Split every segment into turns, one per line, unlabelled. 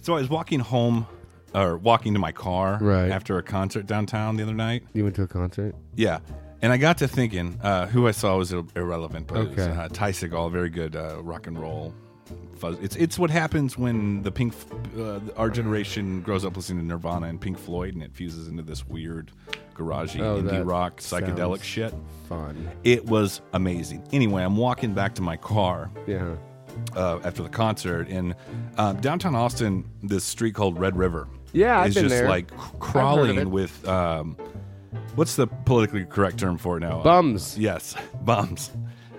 So I was walking home or walking to my car
Right.
after a concert downtown the other night.
You went to a concert?
Yeah. And I got to thinking, uh, who I saw was ir- irrelevant, but it was,
Okay.
uh, Ty Segall, very good uh, rock and roll. Fuzz. It's it's what happens when the Pink, F- uh, our generation grows up listening to Nirvana and Pink Floyd, and it fuses into this weird, garagey
Oh,
indie
that
rock psychedelic
sounds-
shit.
Fun.
It was amazing. Anyway, I'm walking back to my car
Yeah.
uh, after the concert in uh, downtown Austin. This street called Red River.
Yeah, I've
is
been
just
there.
like c-
it.
crawling with um, what's the politically correct term for it now?
Bums.
Yes, bums.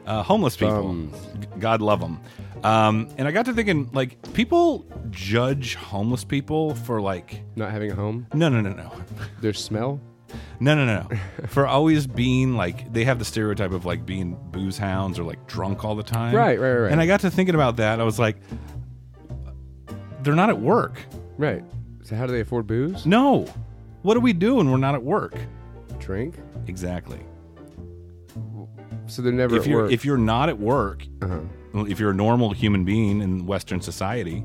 Uh, homeless people.
Bums.
G- God love them. Um, and I got to thinking, like, people judge homeless people for, like,
Not having a home.
no, no, no, no.
Their smell.
No, no, no, no. for always being, like, they have the stereotype of, like, being booze hounds or, like, drunk all the time.
Right, right, right.
And I got to thinking about that. I was like, they're not at work.
Right. So how do they afford booze?
No. What do we do when we're not at work?
Drink.
Exactly.
So they're never
If
at
you're
work.
if you're not at work,
uh-huh.
if you're a normal human being in Western society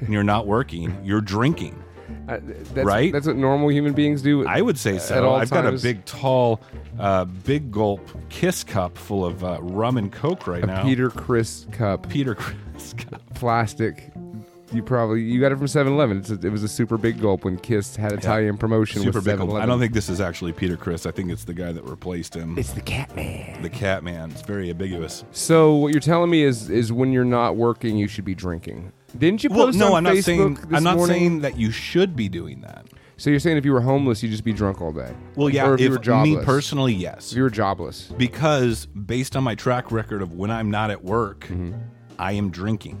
and you're not working, you're drinking.
I, that's,
Right?
That's what normal human beings do.
I would say
At
so.
all
I've got a
times.
big, tall, uh, big gulp kiss cup full of uh, rum and coke right now.
Peter Chris cup,
Peter Chris cup.
plastic. You probably you got it from 7-Eleven. It's a, it was a super big gulp when Kiss had Italian promotion
Super
with
big. gulp.
7-Eleven.
I don't think this is actually Peter Chris. I think it's the guy that replaced him,
it's the Catman.
the Cat Man. It's very ambiguous.
So what you're telling me is is when you're not working, you should be drinking. Didn't you
Well,
post
no,
on
I'm not
Facebook
saying.
this
I'm not
morning?
saying that you should be doing that.
So you're saying if you were homeless, you'd just be drunk all day?
Well, yeah.
Or if, you were jobless.
me personally, yes.
if you were jobless,
because based on my track record of when I'm not at work,
Mm-hmm.
I am drinking.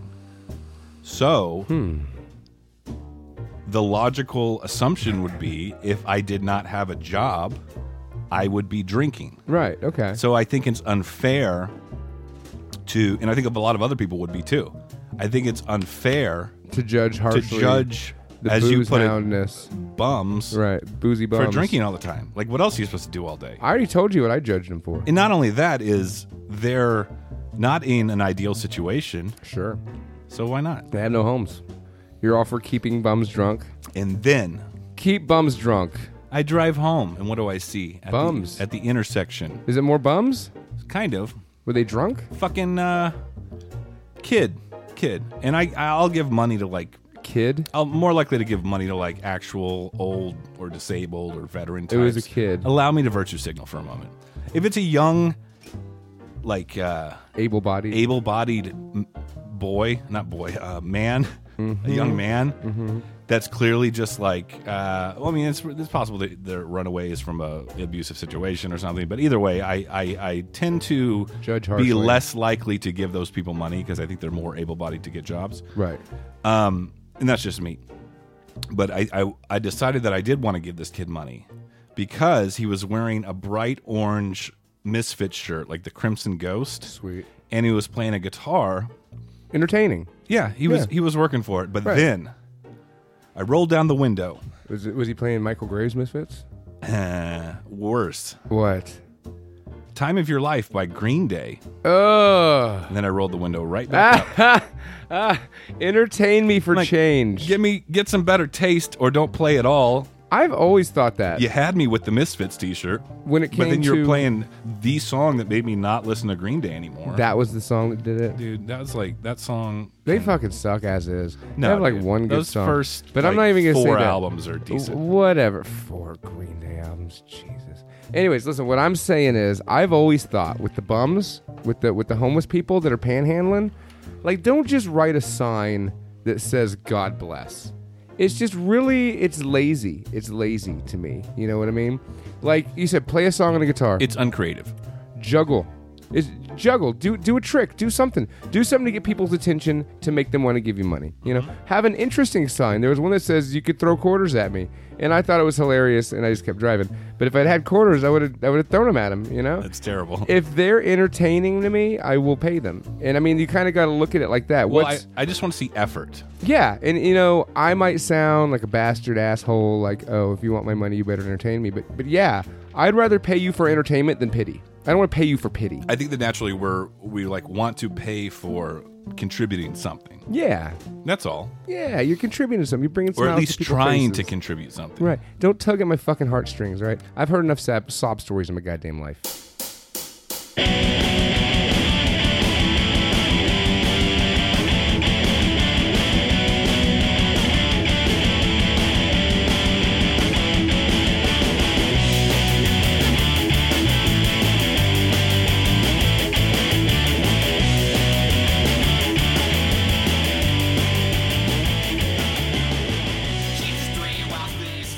So
Hmm.
the logical assumption would be if I did not have a job, I would be drinking.
right? Okay.
So I think it's unfair to, and I think a lot of other people would be too. I think it's unfair
to judge
to
harshly.
judge,
the
as you
booze
put it,
houndness.
bums
right? Boozy
for
bums
drinking all the time. Like, what else are you supposed to do all day?
I already told you what I judged him for.
And not only that is they're not in an ideal situation,
sure,
so why not?
they had no homes. You're all for keeping bums drunk.
And then
Keep bums drunk.
I drive home, and what do I see? At
Bums.
the, at the intersection,
Is it more bums?
kind of
Were they drunk?
fucking uh, kid, kid. And I I'll give money to like
Kid.
I'm more likely to give money to like actual old or disabled or veteran. Types.
It was a kid.
Allow me to virtue signal for a moment. If it's a young, like. uh
Able-bodied.
able-bodied m- boy, not boy, uh, man,
Mm-hmm.
a young man that's clearly just like. Uh, well, I mean, it's, it's possible that they're runaways from a abusive situation or something, but either way, I I, I tend to
Judge harshly.
be less likely to give those people money because I think they're more able-bodied to get jobs.
right.
Um, and that's just me. But I, I, I decided that I did want to give this kid money because he was wearing a bright orange misfit shirt, like the Crimson Ghost
Sweet.
and he was playing a guitar.
Entertaining.
Yeah, he was
Yeah.
he was working for it. But
Right.
then I rolled down the window.
Was it, was he playing Michael Graves Misfits?
Uh, worse.
What?
Time of Your Life by Green Day.
Oh.
And then I rolled the window right
Ah.
back up.
Entertain me for change.
Get me get some better taste or don't play at all.
I've always thought that.
You had me with the Misfits t-shirt.
When it
but then
came
you were
to-
playing the song that made me not listen to Green Day anymore.
That was the song that did it.
Dude, that was like that song.
They fucking suck as is.
No,
they have like
dude.
one good
Those
song.
first,
but I'm
like,
not even gonna say
four
that.
albums are decent.
Whatever. Four Green Day albums. Jesus. Anyways, listen. What I'm saying is, I've always thought with the bums, with the with the homeless people that are panhandling, like don't just write a sign that says "God bless." It's just really, it's lazy. It's lazy to me. You know what I mean? Like you said, play a song on a guitar
It's uncreative.
juggle is juggle do do a trick do something do something to get people's attention to make them want to give you money you know
Mm-hmm.
have an interesting sign there was one that says you could throw quarters at me and i thought it was hilarious and i just kept driving but if i'd had quarters i would have i would have thrown them at him you know
That's terrible.
if they're entertaining to me i will pay them and i mean you kind of got to look at it like that
well, I,
What's,
I just want to see effort.
yeah, and you know, I might sound like a bastard asshole, like, oh, if you want my money, you better entertain me. But, but yeah, I'd rather pay you for entertainment than pity. I don't want to pay you for pity.
I think that naturally we're we like want to pay for contributing something.
Yeah,
That's all,
yeah, you're contributing to something. You're bringing
or
smiles
at least
to people's
trying to
faces.
contribute something.
Right. Don't tug at my fucking heartstrings, right? I've heard enough sap- sob stories in my goddamn life.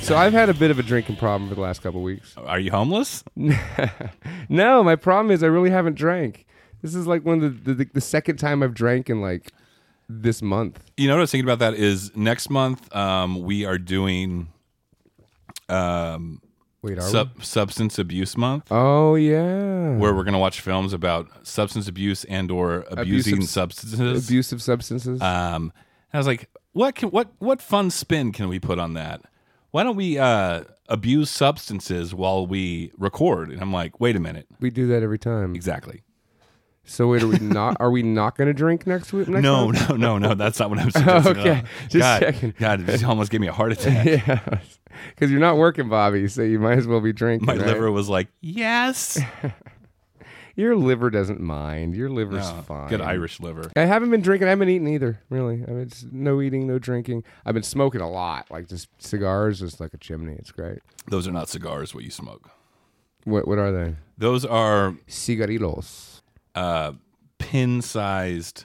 So I've had a bit of a drinking problem for the last couple weeks.
Are you homeless?
No, my problem is I really haven't drank. This is like one of the, the, the second time I've drank in like this month.
You know what I was thinking about that is next month um, we are doing
Wait, are we?
sub- substance abuse month
Oh yeah.
where we're going to watch films about substance abuse and or abusing
Abusive-
substances.
Abusive substances.
Um, and I was like, what can what what fun spin can we put on that? Why don't we uh, abuse substances while we record? And I'm like, wait a minute,
we do that every time.
exactly.
So wait, are we not? Are we not going to drink next week? Next
No,
month?
no, no, no. That's not what I'm suggesting.
Okay, just
God,
checking.
God, it just almost gave me a heart attack.
Yeah, because you're not working, Bobby. So you might as well be drinking.
My
right?
liver was like, yes.
Your liver doesn't mind. Your liver's
Oh,
fine.
Good Irish liver.
I haven't been drinking. I haven't eaten either. Really, I mean, it's no eating, no drinking. I've been smoking a lot, like just cigars, just like a chimney. It's great.
Those are not cigars. What you smoke?
What What are they?
Those are
Cigarillos.
uh, pin-sized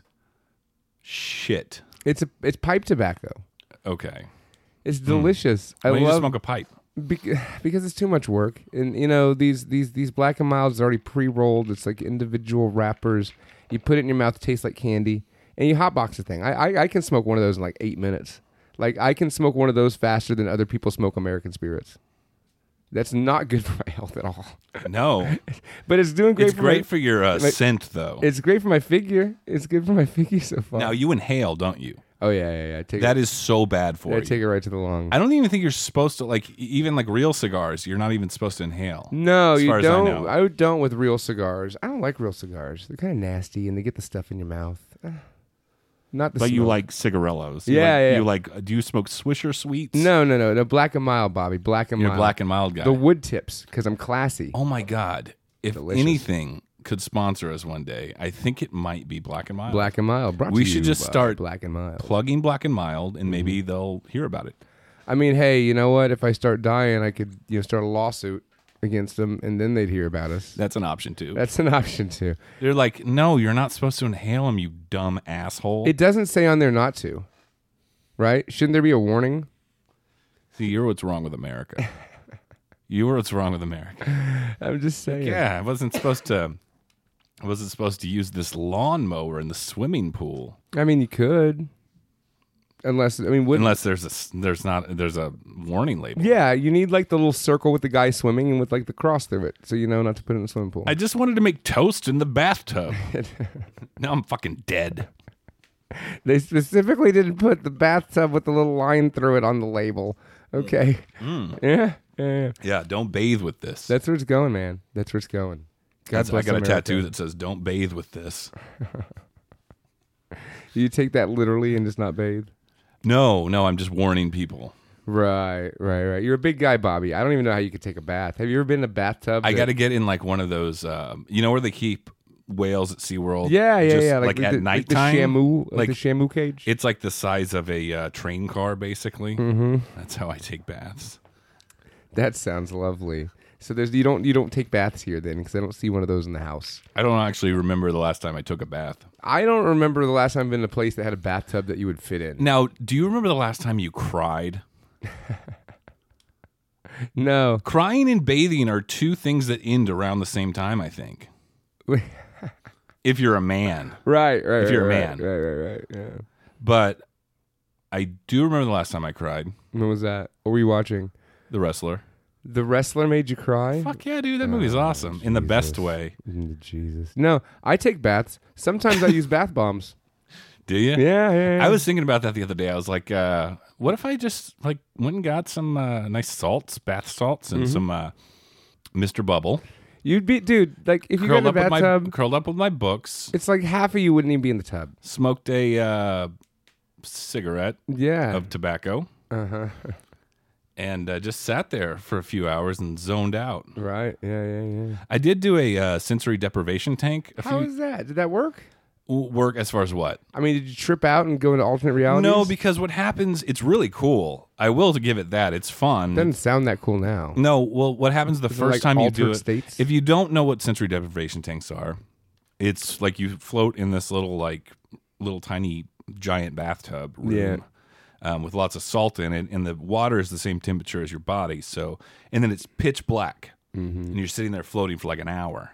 shit.
It's a It's pipe tobacco.
Okay.
It's delicious.
Why
I
don't Hmm. you just
love
smoke a pipe?
bec- because it's too much work, and you know these these these black and milds are already pre rolled. It's like individual wrappers. You put it in your mouth, it tastes like candy, and you hotbox the thing. I, I I can smoke one of those in like eight minutes. Like I can smoke one of those faster than other people smoke American spirits. That's not good for my health at all.
No,
But it's doing great.
it's
for
great
My,
for your uh, scent, though.
it's great for my figure. It's good for my figure so far.
Now you inhale, don't you?
oh yeah, yeah, yeah. I Oh. Take
That is so bad
it, I
for you.
take it right to the lung.
I don't even think you're supposed to like e- even like real cigars. You're not even supposed to inhale.
No,
as
you
far as I
don't.
know.
don't with real cigars. I don't like real cigars. They're kind of nasty, and they get the stuff in your mouth. Ah. Not the.
But you
smell.
like cigarillos. You
Yeah,
like,
yeah.
You like? uh, Do you smoke Swisher sweets?
No, no, no, no. Black and mild, Bobby. Black and
You're a
mild.
black and mild guy.
The wood tips, because I'm classy.
oh my god! If
Delicious.
anything could sponsor us one day, I think it might be Black and Mild.
Black and mild. Brought
We
to
should
you
just
by
start-
Black and mild.
Plugging Black and Mild, and maybe
Mm-hmm.
they'll hear about it.
I mean, hey, you know what? If I start dying, I could you know start a lawsuit against them, and then they'd hear about us.
That's an option too.
That's an option too.
They're like, no, you're not supposed to inhale them, you dumb asshole.
It doesn't say on there not to, right? Shouldn't there be a warning?
See, you're what's wrong with America. you're what's wrong with America.
I'm just saying.
Yeah, I wasn't supposed to. I wasn't supposed to use this lawnmower in the swimming pool
I mean, you could, unless I mean, would
unless there's a s- there's not there's a warning label.
Yeah, you need like the little circle with the guy swimming and with like the cross through it, so you know not to put it in the swimming pool.
I just wanted to make toast in the bathtub. now I'm fucking dead.
they specifically didn't put the bathtub with the little line through it on the label. Okay.
Mm.
Yeah, yeah, yeah.
Yeah, don't bathe with this.
That's where it's going, man. That's where it's going. God
That's- I
bless
got
America.
a tattoo that says "Don't bathe with this."
You take that literally and just not bathe.
No, no, I'm just warning people.
Right, right, right. You're a big guy, Bobby. I don't even know how you could take a bath. Have you ever been in a bathtub?
I
that-
got to get in like one of those. Um, you know where they keep whales at SeaWorld?
Yeah, yeah,
Just,
yeah.
Like,
the,
at
the-
nighttime,
the shamu, like,
Like
the shamu cage.
it's like the size of a uh, train car, basically. Mm-hmm. That's how I take baths.
that sounds lovely. So there's you don't you don't take baths here then because I don't see one of those in the house.
I don't actually remember the last time I took a bath.
I don't remember the last time I've been in a place that had a bathtub that you would fit in.
Now, do you remember the last time you cried?
No.
Crying and bathing are two things that end around the same time, I think.
right,
If you're a man.
right, right.
If you're a man.
right, Right, right, right. Yeah.
But I do remember the last time I cried.
When was that? What were you watching?
The wrestler.
The wrestler made you cry?
Fuck yeah,
Oh,
dude. That movie's awesome. In the best way.
Mm, Jesus. No, I take baths. Sometimes I use bath bombs.
Do you?
Yeah, yeah. yeah.
I was thinking about that the other day. I was like, uh, what if I just like
Mm-hmm.
went and got some uh, nice salts, bath salts, and some uh, Mr. Bubble.
You'd be, dude. Like if you got in
curled
the
up with my
bathtub,
curled up with my books,
it's like half of you wouldn't even be in the tub.
smoked a uh, cigarette
Yeah.
of tobacco,
Uh huh.
and uh, just sat there for a few hours and zoned out.
Right. Yeah. Yeah. Yeah.
I did do a uh, sensory deprivation tank. A
How
few
is that? Did that work?
work as far as what?
I mean, did you trip out and go into alternate realities?
No, because what happens? It's really cool. I will give it that. It's fun.
doesn't sound that cool now.
No, well, what happens the
it
first
like
time you do
altered
it?
states?
If you don't know what sensory deprivation tanks are, it's like you float in this little like little tiny giant bathtub room.
Yeah.
Um, with lots of salt in it, and the water is the same temperature as your body. So, and then it's pitch black, and you're sitting there floating for like an hour.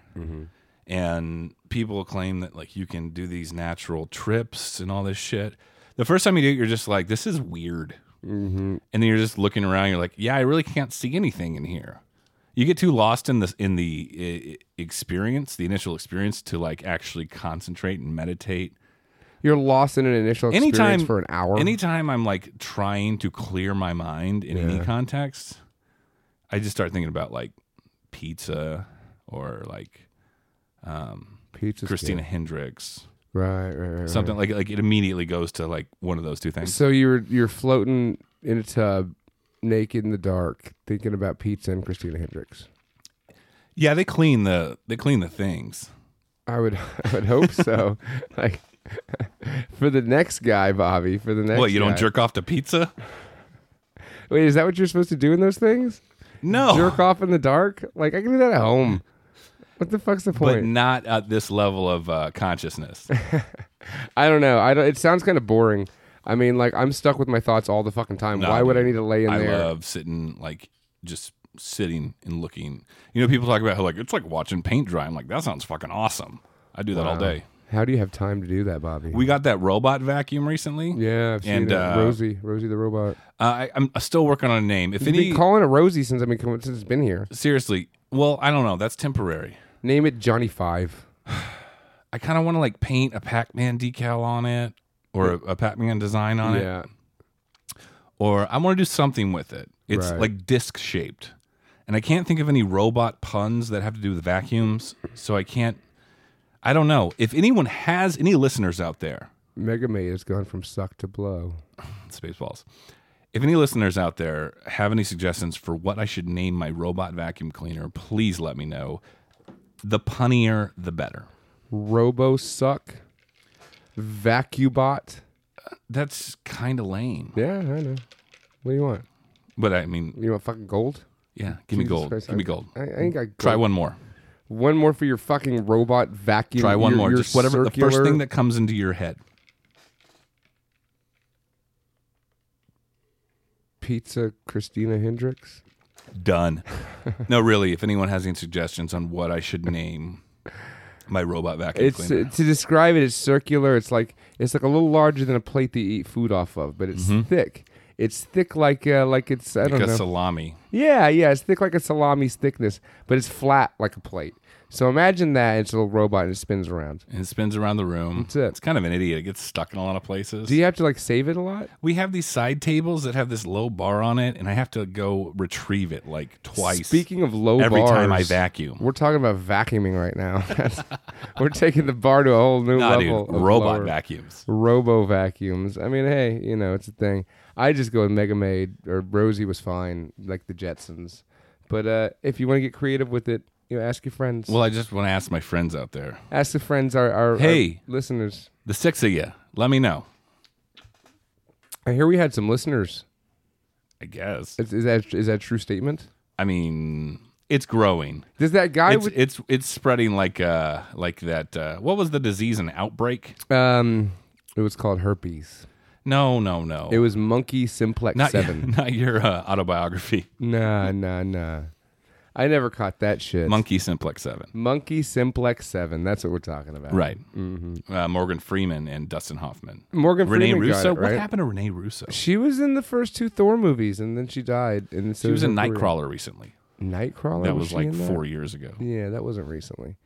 And people claim that like you can do these natural trips and all this shit. The first time you do it, you're just like, this is weird and then you're just looking around. You're like, yeah, I really can't see anything in here. You get too lost in the in the uh, experience, the initial experience, to like actually concentrate and meditate.
You're lost in an initial experience
Anytime
for an hour.
anytime I'm like trying to clear my mind in any context, I just start thinking about like pizza or like
Peach is
Christina Hendricks,
good. Right. Right. Right. right.
something like like it immediately goes to like one of those two things.
So you're you're floating in a tub, naked in the dark, thinking about pizza and Christina Hendricks.
Yeah, they clean the they clean the things.
I would I would hope so. like for the next guy, Bobby. For the next.
what you don't
guy.
jerk off to pizza?
Wait, is that what you're supposed to do in those things?
No,
Jerk off in the dark? Like I can do that at home. What the fuck's the
but
point?
not at this level of uh, consciousness.
I don't know. I don't. It sounds kind of boring. I mean, like I'm stuck with my thoughts all the fucking time.
No,
Why would I
dude.
need to lay in
I
there?
love sitting like just sitting and looking. You know, people talk about how like it's like watching paint dry. I'm like, that sounds fucking awesome. I do that all day.
How do you have time to do that, Bobby?
We got that robot vacuum recently.
yeah, I've seen
And,
it.
uh,
Rosie, Rosie the robot.
Uh, I, I'm still working on a name. If
I've
any,
been calling it Rosie since I've been coming, since it's been here.
seriously, well, I don't know. That's temporary.
Name it Johnny Five.
I kind of want to like paint a Pac-Man decal on it, or a, a Pac-Man design on it,
Yeah,
or I want to do something with it. It's
Right.
like disc shaped, and I can't think of any robot puns that have to do with vacuums, so I can't. I don't know if anyone has any listeners out there.
Mega May has gone from suck to blow.
Spaceballs. If any listeners out there have any suggestions for what I should name my robot vacuum cleaner, please let me know. The punnier, the better.
Robo suck. Vacubot.
That's kind of lame,
Yeah, I know. What do you want?
but I mean,
You want fucking gold?
yeah. Give me
Jesus
gold.
Christ,
Give me
I-
gold.
I, I ain't got gold.
Try one more.
One more for your fucking robot vacuum.
Try one
your-
more.
your
Just whatever the first
circular-
thing that comes into your head.
pizza Christina Hendricks.
Done. no, really. If anyone has any suggestions on what I should name my robot vacuum
It's uh,
cleaner,
to describe it. It's circular. It's like it's like a little larger than a plate that you eat food off of, but it's thick. It's thick like uh, like it's I
Mm-hmm. like
don't
a
know.
salami.
yeah, yeah. It's thick like a salami's thickness, but it's flat like a plate. So imagine that it's a little robot and it spins around.
And it spins around the room.
it.
It's kind of an idiot. It gets stuck in a lot of places.
Do you have to like save it a lot?
we have these side tables that have this low bar on it, and I have to go retrieve it like twice
Speaking of low
every time I
bars,
vacuum.
We're talking about vacuuming right now. That's- we're taking the bar to a whole new
Nah, dude,
level. of
robot
lower-
vacuums.
robo vacuums. I mean, hey, you know, it's a thing. I just go with Mega Maid or Rosie was fine, like the Jetsons. But uh, if you want to get creative with it, you know, ask your friends.
Well, I just want to ask my friends out there,
ask the friends, our, our, our
Hey.
listeners.
the six of you, let me know.
I hear we had some listeners.
I guess.
Is, is that is that a true statement?
I mean, it's growing.
Does that guy
It's
with
it's it's spreading like uh like that. Uh, what was the disease? An outbreak?
um? It was called herpes.
No, no, no.
It was monkey simplex
not
seven.
not your uh, autobiography.
Nah, nah, nah. I never caught that shit.
Monkey Simplex Seven.
monkey simplex seven. That's what we're talking about.
Right. Mm-hmm. Uh, Morgan Freeman and Dustin Hoffman.
Morgan
Renee
Freeman got
Russo.
it, right?
What happened to Renee Russo?
She was in the first two Thor movies, and then she died. And so
She was in
her career-
Nightcrawler recently.
Nightcrawler.
That
was,
was
she
like
in that?
four years ago.
Yeah, that wasn't recently.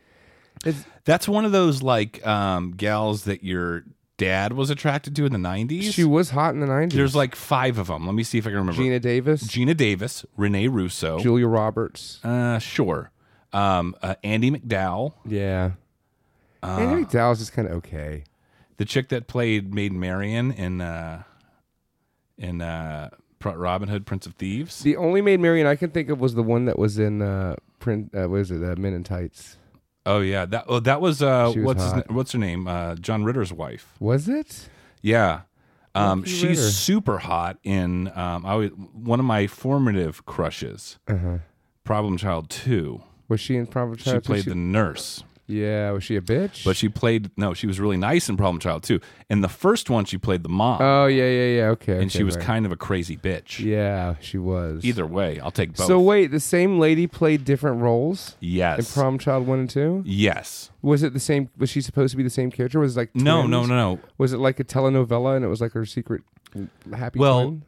It's,
That's one of those like um, gals that your dad was attracted to in the nineties.
she was hot in the nineties.
There's like five of them. Let me see if I can remember. Gina,
Gina Davis,
Davis, Renee Russo.
Julia Roberts.
uh, sure. Um, uh, Andy McDowell, um,
Yeah.
Uh,
Andy McDowell's just kind of okay.
the chick that played Maid Marian in uh, in uh, Pr- Robin Hood, Prince of Thieves.
The only Maid Marian I can think of was the one that was in uh, print. Uh, what is it? Uh, Men in Tights.
Oh yeah, that oh, that was, uh,
She was
what's his,
hot.
na- what's her name? Uh, John Ritter's wife.
Was it?
Yeah. Um,
Lucky
she's
Ritter.
super hot in um, I was, one of my formative crushes,
Uh-huh.
Problem Child 2.
Was she in Proper
She played the nurse,
Yeah. Was she a bitch?
but she played, no, she was really nice in Problem Child 2. In the first one, she played the mom,
oh yeah, yeah, yeah. Okay.
and she
okay,
was
right.
kind of a crazy bitch.
Yeah, she was.
Either way, I'll take both.
So wait, the same lady played different roles in
yes.
Prom Child One and Two.
yes.
Was it the same? Was she supposed to be the same character? Was it like
No, no,
twins?
no, no.
Was it like a telenovela and it was like her secret happy?
Well,
twin?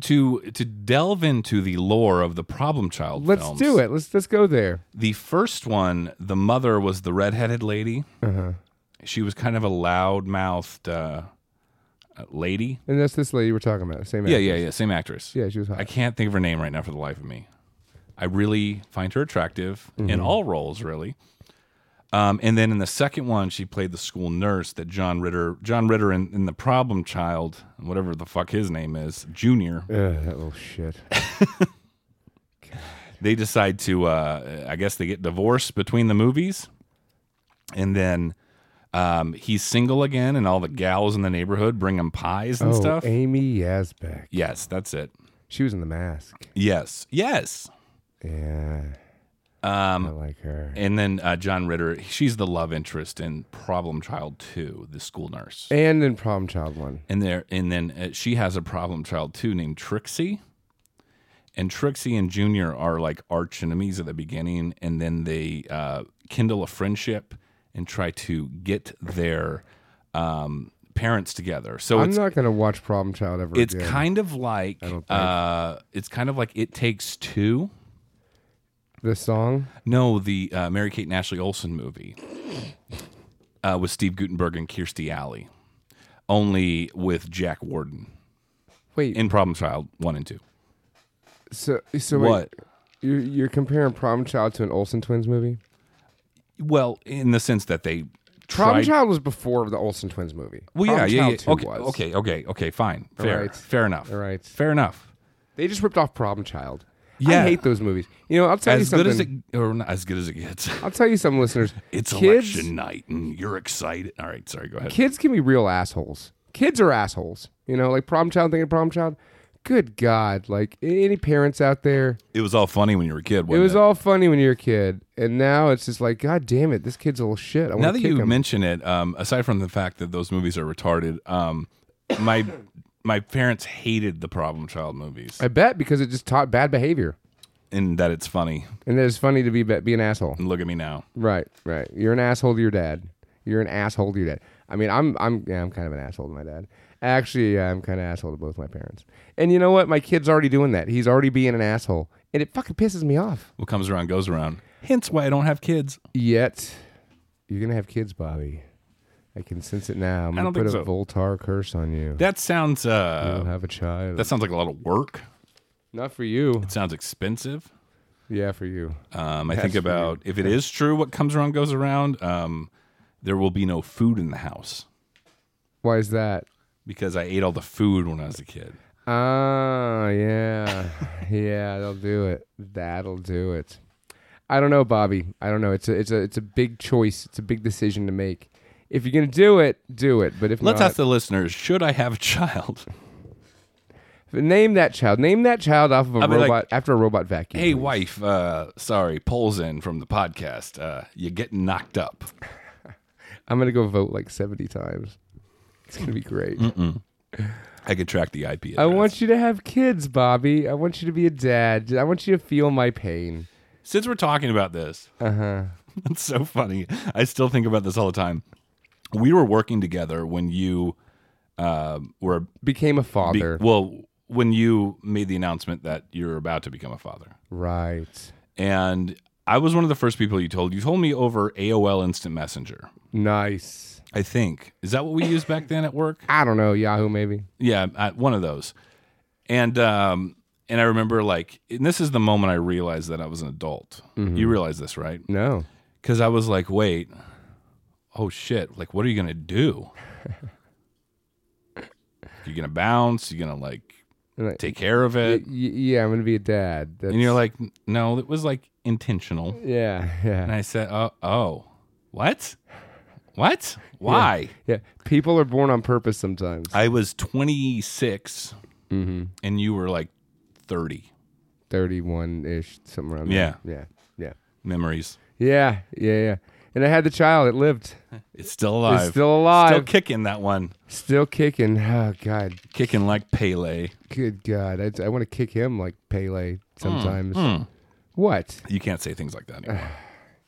To to delve into the lore of the Problem Child
let's
films,
do it. Let's let's go there.
The first one, the mother was the redheaded lady.
Uh-huh.
She was kind of a loud mouthed uh, uh, lady.
And that's this lady we're talking about. Same.
Yeah,
actress.
yeah, yeah. Same actress.
Yeah, she was hot.
I can't think of her name right now for the life of me. I really find her attractive in
Mm-hmm.
all roles, really. Um, and then in the second one, she played the school nurse that John Ritter, John Ritter in, in the Problem Child, whatever the fuck his name is, Junior.
Ugh, that little shit.
They decide to, uh, I guess, they get divorced between the movies, and then um, he's single again, and all the gals in the neighborhood bring him pies and
oh,
stuff.
Amy Yazbek.
Yes, that's it.
She was in The Mask.
Yes, yes.
Yeah, I
Um,
like her.
and then uh, John Ritter, she's the love interest in Problem Child Two, the school nurse.
And in Prom Child One.
And there, and then uh, she has a problem child too named Trixie. And Trixie and Junior are like arch enemies at the beginning, and then they uh, kindle a friendship and try to get their um, parents together. So
I'm
Oh, it's
not gonna watch Prom Child ever
it's
again.
kind of like
don't think-
uh, it's kind of like it takes two.
the song.
No, the uh, Mary Kate and Ashley Olsen movie uh, with Steve Gutenberg and Kirstie Alley, only with Jack Warden
Wait,
in Problem Child one and two.
so so wait,
What?
You're, you're comparing Prom Child to an Olsen Twins movie.
Well, in the sense that they
Prom
tried.
Child was before the Olsen Twins movie.
well,
Prom
yeah, yeah, yeah.
Child 2
Okay,
was.
okay, okay, okay. Fine, fair,
right.
fair enough.
All right.
fair enough.
They just ripped off Prom Child.
Yeah.
I hate those movies. You know, I'll tell you
As
something.
good as it, or not as good as it gets.
I'll tell you some listeners.
It's
kids.
election night, and you're excited. All right, sorry. Go ahead.
Kids can be real assholes. Kids are assholes. You know, like Prom Child thinking Prom Child. Good God! Like a- any parents out there,
It was all funny when you were a kid.
it
Wasn't
was all funny when you were a kid, and now it's just like, God damn it, this kid's a little shit.
Now
I want
that
to kick
you
him.
mention it, um, aside from the fact that those movies are retarded, um, my my parents hated the Problem Child movies,
I bet because it just taught bad behavior,
and that it's funny.
and that it's funny to be be an asshole.
And look at me now.
Right, right. You're an asshole to your dad. You're an asshole to your dad. I mean, I'm, I'm, yeah, I'm kind of an asshole to my dad. Actually, yeah, I'm kind of an asshole to both my parents. And you know what? My kid's already doing that. He's already being an asshole, and it fucking pisses me off.
What comes around goes around. Hence why I don't have kids.
Yet, you're gonna have kids, Bobby. I can sense it now. I'm
I
gonna
don't
put a
think
Voltar curse on you.
That sounds
You'll
uh,
have a child.
that sounds like a lot of work.
Not for you.
It sounds expensive.
Yeah, for you.
Um, I think
That's
about if it is true, what comes around goes around. Um, there will be no food in the house
Why is that?
because I ate all the food when I was a kid.
Ah, yeah. yeah, that'll do it. That'll do it. I don't know, Bobby. I don't know. It's a it's a it's a big choice. It's a big decision to make. If you're gonna do it, do it. But if
Let's
not,
ask the listeners: Should I have a child?
name that child. Name that child off of a
I'll be like,
robot after a robot vacuum.
Hey,
please.
wife. Uh, sorry, polls in from the podcast. Uh, you getting knocked up?
I'm gonna go vote like 70 times. It's gonna be great.
I could track the IP. Address.
I want you to have kids, Bobby. I want you to be a dad. I want you to feel my pain.
Since we're talking about this,
Uh huh.
it's so funny. I still think about this all the time. We were working together when you uh, were
Became a
be-
father.
well when you made the announcement that you're about to become a father.
right.
and I was one of the first people you told. You told me over AOL Instant Messenger.
Nice.
I think is that what we used back then at work?
I don't know. Yahoo, maybe.
Yeah, I, one of those. And um, And I remember like, and this is the moment I realized that I was an adult. You realize this, right?
No.
Because I was like, wait, oh shit, like, what are you going to do? You're going to bounce, you're going to like
And I-
take care of it.
y- yeah, I'm gonna be a dad. That's,
And you're like, no, it was like intentional.
yeah, yeah.
And I said, oh, oh, what? What? Why?
Yeah, people are born on purpose sometimes.
I was 26
Mm-hmm.
and you were like 30.
Thirty-one ish, something around.
Yeah.
there. yeah,
Memories.
yeah, yeah, yeah, yeah. And I had the child; it lived.
It's still
It's
alive.
still
Still
alive,
kicking that one.
still kicking. Oh God,
Kicking like Pele.
good God! I, I want to kick him like
Hmm.
Pele sometimes. What?
You can't say things like that anymore.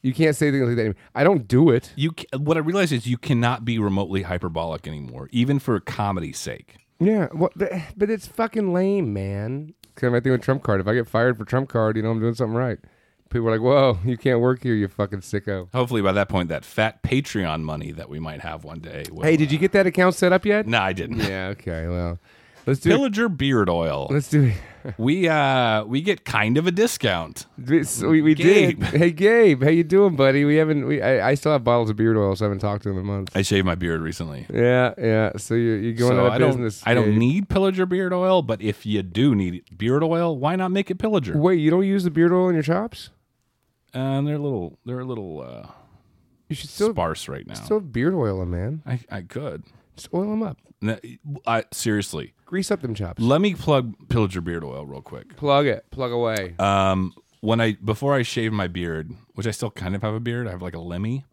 You can't say things like that. Anymore. I don't do it.
you ca- what I realized is you cannot be remotely hyperbolic anymore, even for comedy's sake.
Yeah, well, but, but it's fucking lame, man. Kind of my thing with Trump card. If I get fired for Trump card, you know I'm doing something right. People are like, "Whoa, you can't work here, you fucking sicko."
Hopefully by that point that fat Patreon money that we might have one day. will-
Hey, did you get that account set up yet?
No, I didn't.
Yeah. Okay. Well, let's do.
Pillager beard oil.
Let's do.
We uh we get kind of a discount.
So we we
Gabe.
did. Hey, Gabe, how you doing, buddy? We haven't. We I, I still have bottles of beard oil, so I haven't talked to him in months.
I shaved my beard recently.
Yeah, yeah. So you're, you're going
So
out of
I don't
business.
I don't
Gabe.
need Pillager beard oil, but if you do need beard oil, why not make it Pillager?
Wait, you don't use the beard oil in your chops?
And they're a little they're a little uh
You should still
sparse right now.
still have beard oil them, man.
I, I could.
Just oil them up,
No, I, seriously,
grease up them chops.
let me plug Pillager beard oil real quick.
Plug it. Plug away.
Um, when I before I shaved my beard, which I still kind of have a beard, I have like a lemmy.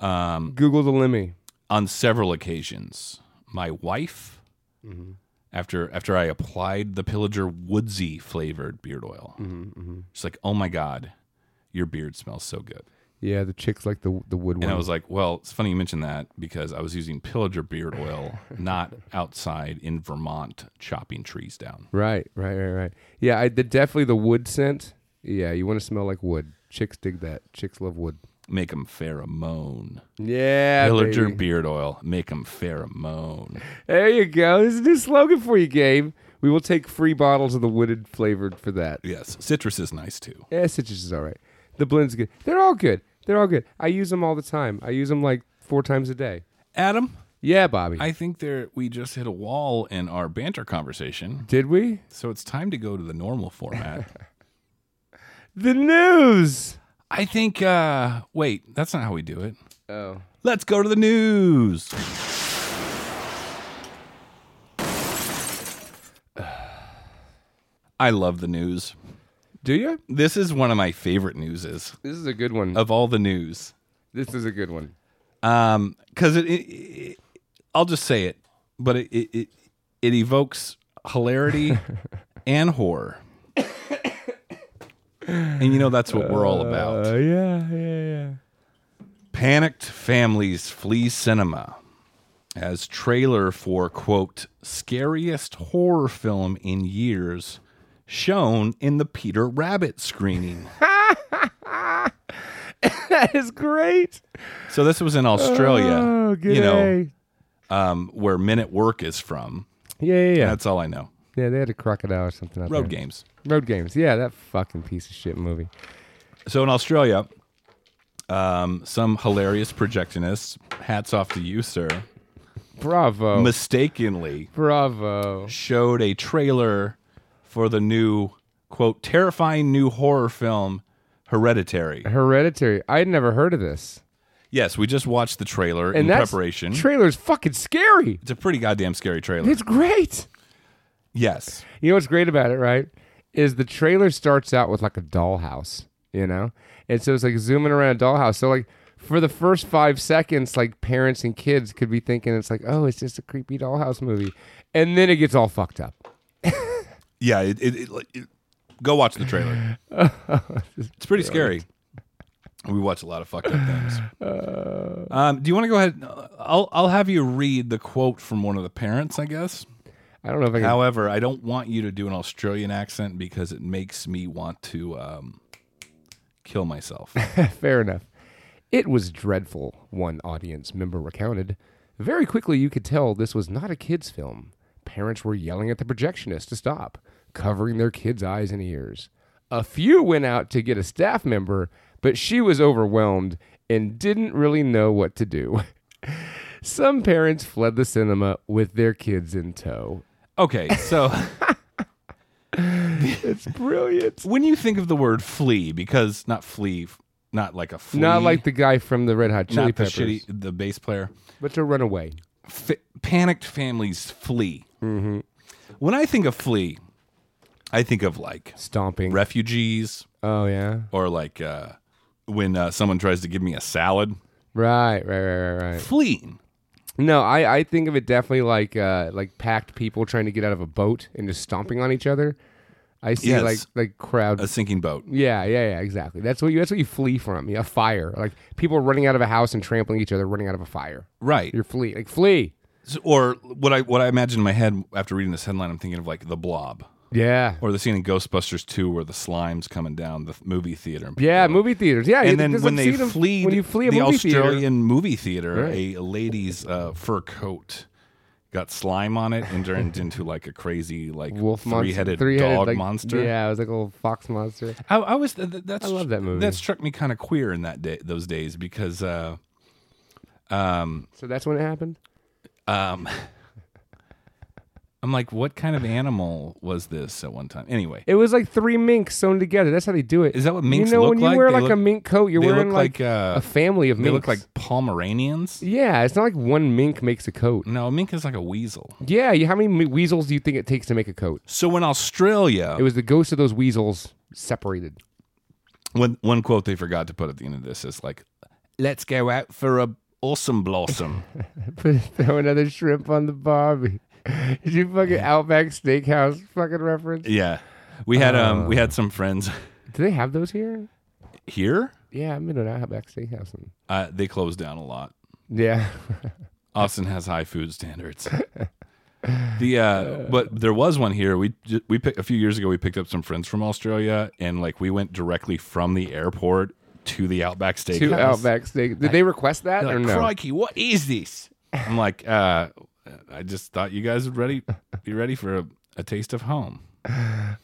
Google the Lemmy.
On several occasions, my wife, after after I applied the Pillager woodsy flavored beard oil,
Mm.
she's like, "Oh my god, your beard smells so good."
Yeah, the chicks like the the wood
And I
one.
was like, "Well, it's funny you mentioned that because I was using Pillager beard oil, not outside in Vermont chopping trees down."
Right, right, right, right. Yeah, I, the, definitely the wood scent. Yeah, you want to smell like wood. Chicks dig that. Chicks love wood.
Make them pheromone.
Yeah,
Pillager
baby.
beard oil. Make them pheromone.
There you go. This is a new slogan for you, Gabe. We will take free bottles of the wooded flavored for that.
Yes, citrus is nice too.
Yeah, citrus is all right. The blend's good. They're all good. They're all good. I use them all the time. I use them like four times a day.
Adam,
Yeah, Bobby.
I think there we just hit a wall in our banter conversation,
Did we?
so it's time to go to the normal format.
The news.
I think. uh Wait, that's not how we do it.
Oh.
Let's go to the news. I love the news.
Do you?
This is one of my favorite newses
This is a good one.
of all the news.
this is a good one.
um because it, it, it i'll just say it but it it, it, it evokes hilarity and horror and you know that's what we're all
Uh,
about
Oh, yeah, yeah, yeah.
panicked families flee cinema as trailer for quote scariest horror film in years shown in the peter rabbit screening
That is great.
so this was in australia
Oh, good.
you know um, where men at work is from
Yeah, yeah, yeah.
that's all i know
Yeah, they had a crocodile or something. Out
road
there.
games
Road games. Yeah, that fucking piece of shit movie.
So in Australia, um, some hilarious projectionists, hats off to you, sir,
Bravo.
mistakenly
Bravo.
showed a trailer for the new, quote, terrifying new horror film, Hereditary.
Hereditary. I had never heard of this.
Yes, we just watched the trailer
And
in
that's-
preparation.
Trailer's fucking scary.
it's a pretty goddamn scary trailer.
It's great.
Yes.
You know what's great about it, right? Is the trailer starts out with like a dollhouse, you know? And so it's like zooming around a dollhouse. So like for the first five seconds, like parents and kids could be thinking it's like, oh, it's just a creepy dollhouse movie. And then it gets all fucked up.
Yeah. It, it, it, like, it- go watch the trailer. it's pretty scary. We watch a lot of fucked up things.
Uh.
Um, do you want to go ahead? I'll I'll have you read the quote from one of the parents, I guess.
I don't know if I can
However, I don't want you to do an Australian accent because it makes me want to um, kill myself.
Fair enough. It was dreadful, one audience member recounted. Very quickly, you could tell this was not a kid's film. Parents were yelling at the projectionist to stop. covering their kids' eyes and ears. A few went out to get a staff member, but she was overwhelmed and didn't really know what to do. Some parents fled the cinema with their kids in tow.
Okay, so
It's brilliant.
when you think of the word flea, because not flea, f- not like a flea,
Not like the guy from the Red Hot Chili
not the
Peppers,
shitty the bass player.
but to run away.
F- panicked families flee.
Mm-hmm.
When I think of flee, I think of like
Stomping.
refugees
oh, yeah.
or like uh, when uh, someone tries to give me a salad,
Right, right, right, right, right.
fleeing.
No, I, I think of it definitely like uh, like packed people trying to get out of a boat and just stomping on each other. I see
Yes.
like like crowd.
a sinking boat.
yeah, yeah, yeah, exactly. That's what you that's what you flee from. Yeah, a fire. Like people running out of a house and trampling each other, running out of a fire.
Right.
You're flee like flee.
So- or what I what I imagine in my head after reading this headline, I'm thinking of like the blob.
Yeah,
Or the scene in Ghostbusters 2 where the slime's coming down the th- movie theater. And
yeah. Movie theaters. Yeah,
And then
because
when
I've
they
seen them-
flee,
when you flee a
the
movie
Australian
theater,
movie theater,
Right.
a lady's uh, fur coat got slime on it and turned into like a crazy like
wolf monster,
three-headed,
three-headed,
dog
like-
monster.
Yeah, it was like a little fox monster.
I, I was th- th- that's
I love that movie.
That struck me kind of queer in that day those days because uh,
So that's when it happened.
um, I'm like, what kind of animal was this at one time? Anyway,
It was like three minks sewn together. That's how they do it.
Is that what minks
You know,
look
when you
like?
wear
They
like a
look-
mink coat, you're
they
wearing
look
like,
like, uh,
a family of
they
minks.
look like Pomeranians.
yeah, it's not like one mink makes a coat.
No, a mink is like a weasel.
Yeah, you, how many mi- weasels do you think it takes to make a coat?
So in Australia,
It was the ghosts of those weasels separated.
one one quote they forgot to put at the end of this is like, "Let's go out for a awesome blossom."
Throw another shrimp on the barbie. Did you fucking Outback Steakhouse fucking reference?
yeah, we had um
Oh.
we had some friends
Do they have those here?
here.
Yeah, I'm in an Outback Steakhouse. And...
Uh, they closed down a lot.
Yeah.
Austin has high food standards. the uh, but there was one here. We ju- we pick, a few years ago we picked up some friends from Australia and like we went directly from the airport to the Outback Steakhouse.
Two Outback Steak. Did they request that
They're
or
like,
no?
Crikey, what is this? I'm like, uh, I just thought you guys would ready be ready for a, a taste of home.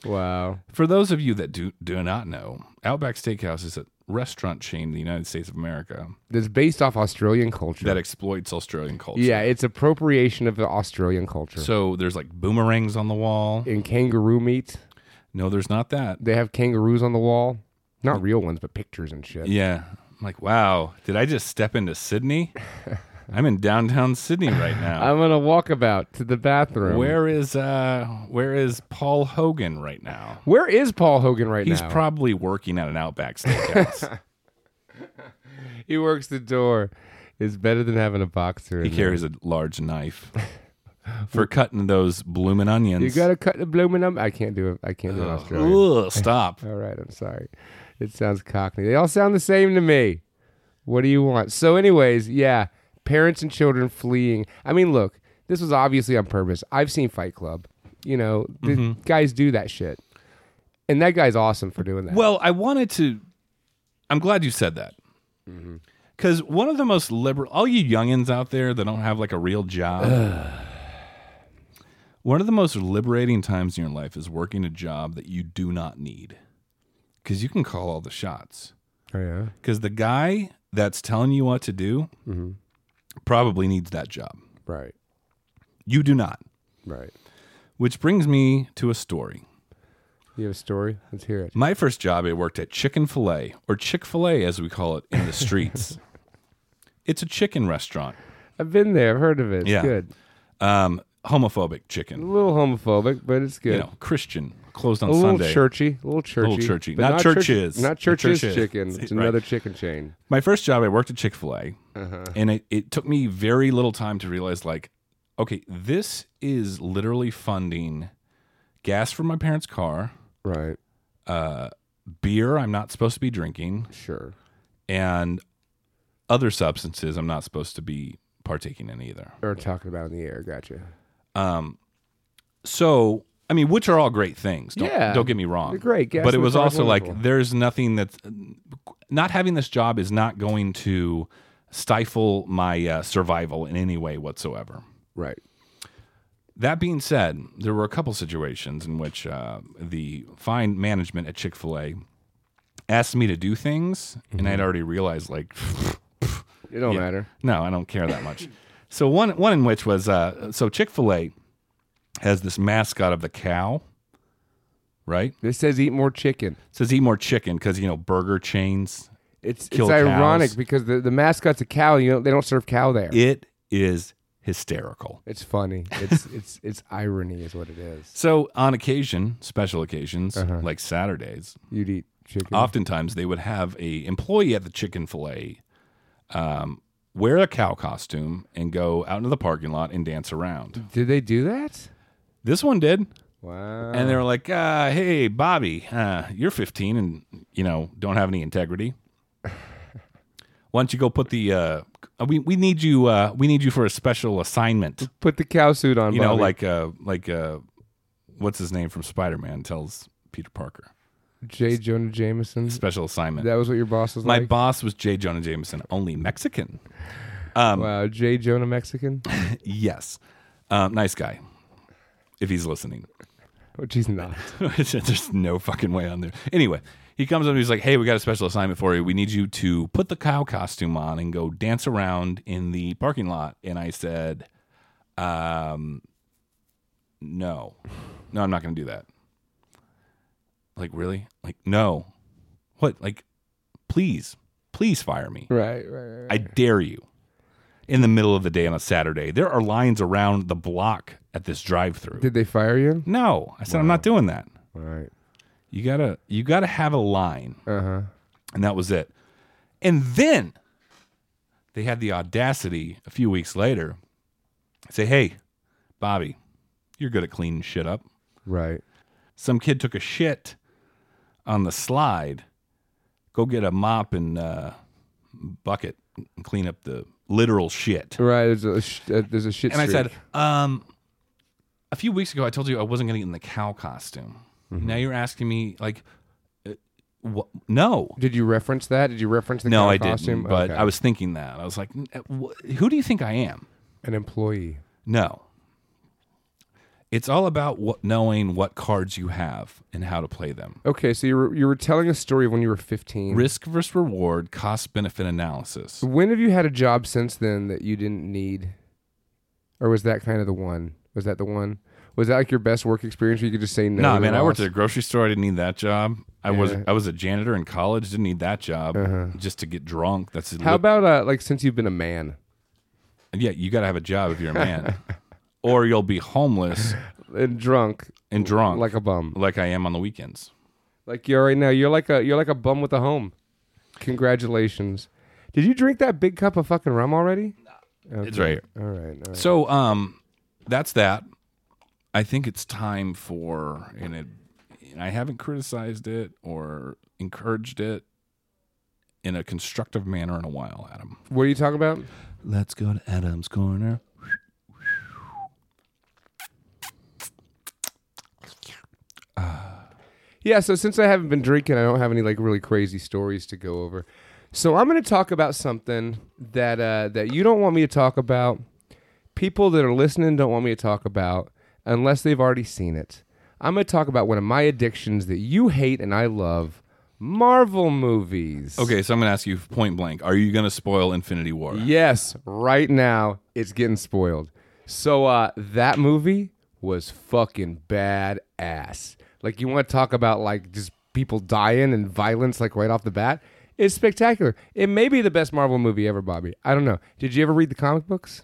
Wow.
For those of you that do do not know, Outback Steakhouse is a restaurant chain in the United States of America
That's based off Australian culture.
that exploits Australian culture.
yeah, it's appropriation of the Australian culture.
So there's like boomerangs on the wall.
in kangaroo meat.
No, there's not that.
They have kangaroos on the wall. Not real ones, but pictures and shit.
Yeah. I'm like, wow, did I just step into Sydney? I'm in downtown Sydney right now.
I'm gonna walk about to the bathroom.
Where is uh where is Paul Hogan right now?
Where is Paul Hogan right
He's
now?
probably working at an Outback Steakhouse.
he works the door. It's better than having a boxer.
he
in
carries a large knife for cutting those bloomin' onions.
there. You gotta cut the blooming up. I can't do it. I can't do it
Oh.
in Australia.
Ugh, stop.
All right, I'm sorry. It sounds cockney. They all sound the same to me. What do you want? So, anyways, yeah, parents and children fleeing. I mean, look, this was obviously on purpose. I've seen Fight Club. You know, the
Mm-hmm.
guys do that shit, and that guy's awesome for doing that.
Well, I wanted to. I'm glad you said that.
Mm-hmm.
Because one of the most liberal, all you youngins out there that don't have like a real job, one of the most liberating times in your life is working a job that you do not need. Because you can call all the shots.
Oh yeah.
Because the guy that's telling you what to do probably needs that job.
Right.
You do not.
Right.
Which brings me to a story.
You have a story? Let's hear it.
My first job, I worked at Chicken Filet, or Chick fil A as we call it in the streets. it's a chicken restaurant,
I've been there. I've heard of it. It's
Yeah.
good.
um, homophobic
A
chicken,
little homophobic, but it's good.
you know, Christian, closed on
a little
Sunday.
churchy. A little churchy.
churchy.
but
Not
church-
churches.
not
The church
churches
is.
chicken. It's
Right.
another chicken chain. Uh-huh.
My first job, I worked at Chick fil A, and it, it took me very little time to realize, like, okay, this is literally funding gas for my parents' car,
Right.
beer I'm not supposed to be drinking,
Sure.
and other substances I'm not supposed to be partaking in either.
Or talking about in the air. Gotcha.
so I mean, which are all great things. Don't,
Yeah.
don't get me wrong.
They're great. Gas
but it
in the
was
car is
also like
wonderful.
there's nothing that's not having this job is not going to stifle my uh, survival in any way whatsoever.
Right.
That being said, there were a couple situations in which uh, the fine management at Chick Fil A asked me to do things, and
Mm-hmm.
I'd already realized like,
It don't matter.
no, I don't care that much. so one one in which was uh, so Chick Fil A has this mascot of the cow, right?
This says eat more chicken.
It says eat more chicken because you know burger chains.
It's
Kill
it's
cows.
ironic because the, the mascot's a cow. You know they don't serve cow there.
It is hysterical.
it's funny. It's it's it's irony is what it is.
So on occasion, special occasions like Saturdays,
You'd eat chicken.
oftentimes they would have a employee at the chicken fillet um, wear a cow costume and go out into the parking lot and dance around
Did they do that?
this one did
Wow.
and they were like uh, hey bobby uh, you're 15 and you know don't have any integrity why don't you go put the uh, we, we need you uh, we need you for a special assignment
Put the cow suit on.
you know
Bobby.
like uh, like uh, what's his name from spider-man tells peter parker
J. Jonah Jameson.
special assignment
That was what your boss was
My
like.
boss was J. Jonah Jameson, only Mexican.
wow, J. Jonah Mexican,
Yes. Um, nice guy. If he's listening,
which he's not.
there's no fucking way on there. Anyway, he comes up and he's like, Hey, we got a special assignment for you. We need you to put the cow costume on and go dance around in the parking lot. And I said, um, No, no, I'm not going to do that. Like, really? Like, no. What? Like, please, please fire me.
Right, right, right. right.
I dare you. In the middle of the day on a Saturday, there are lines around the block at this drive-through.
Did they fire you?
No, I said I'm not doing that.
Right.
You gotta, you gotta have a line,
Uh huh.
and that was it. And then they had the audacity a few weeks later to say, "Hey, Bobby, you're good at cleaning shit up.
Right.
Some kid took a shit on the slide. Go get a mop and uh, bucket and clean up the literal shit."
Right. There's a sh- uh, there's a shit.
And I said,
streak.
um, a few weeks ago, I told you I wasn't going to get in the cow costume. Now you're asking me, like, uh, wha- no.
Did you reference that? Did you reference the
No,
cow
I
costume?
didn't. But
Okay.
I was thinking that. I was like, "N- uh, wh- who do you think I am?
an employee.
No. It's all about what, knowing what cards you have and how to play them.
Okay, so you were you were telling a story when you were 15.
Risk versus reward, cost benefit analysis.
When have you had a job since then that you didn't need, or was that kind of the one? Was that the one? Was that like your best work experience where you could just say no?
No,
to the
man, I worked
boss?
at a grocery store. I didn't need that job. I was
Yeah. Uh-huh.
I was a janitor in college. Didn't need that job. Just to get drunk. That's
How about uh, like since you've been a man?
Yeah, you got to have a job if you're a man, or you'll be homeless
and drunk
and drunk
like
like,
a bum.
I am on the weekends.
Like you're right now. You're like a you're like a bum with a home. Congratulations. Did you drink that big cup of fucking rum already?
It's right here.
All right. All right.
So, um, that's that. I think it's time for, and it, and I haven't criticized it or encouraged it in a constructive manner in a while, Adam.
What are you talking about?
Let's go to Adam's corner.
Yeah, so since I haven't been drinking, I don't have any like really crazy stories to go over. So I'm going to talk about something that uh, that you don't want me to talk about. People that are listening don't want me to talk about unless they've already seen it. I'm going to talk about one of my addictions that you hate and I love: Marvel movies.
Okay, so I'm gonna ask you point blank: Are you gonna spoil Infinity War?
Yes, right now it's getting spoiled. So uh that movie was fucking badass. Like you want to talk about like just people dying and violence like right off the bat? It's spectacular. It may be the best Marvel movie ever, Bobby. I don't know. Did you ever read the comic books?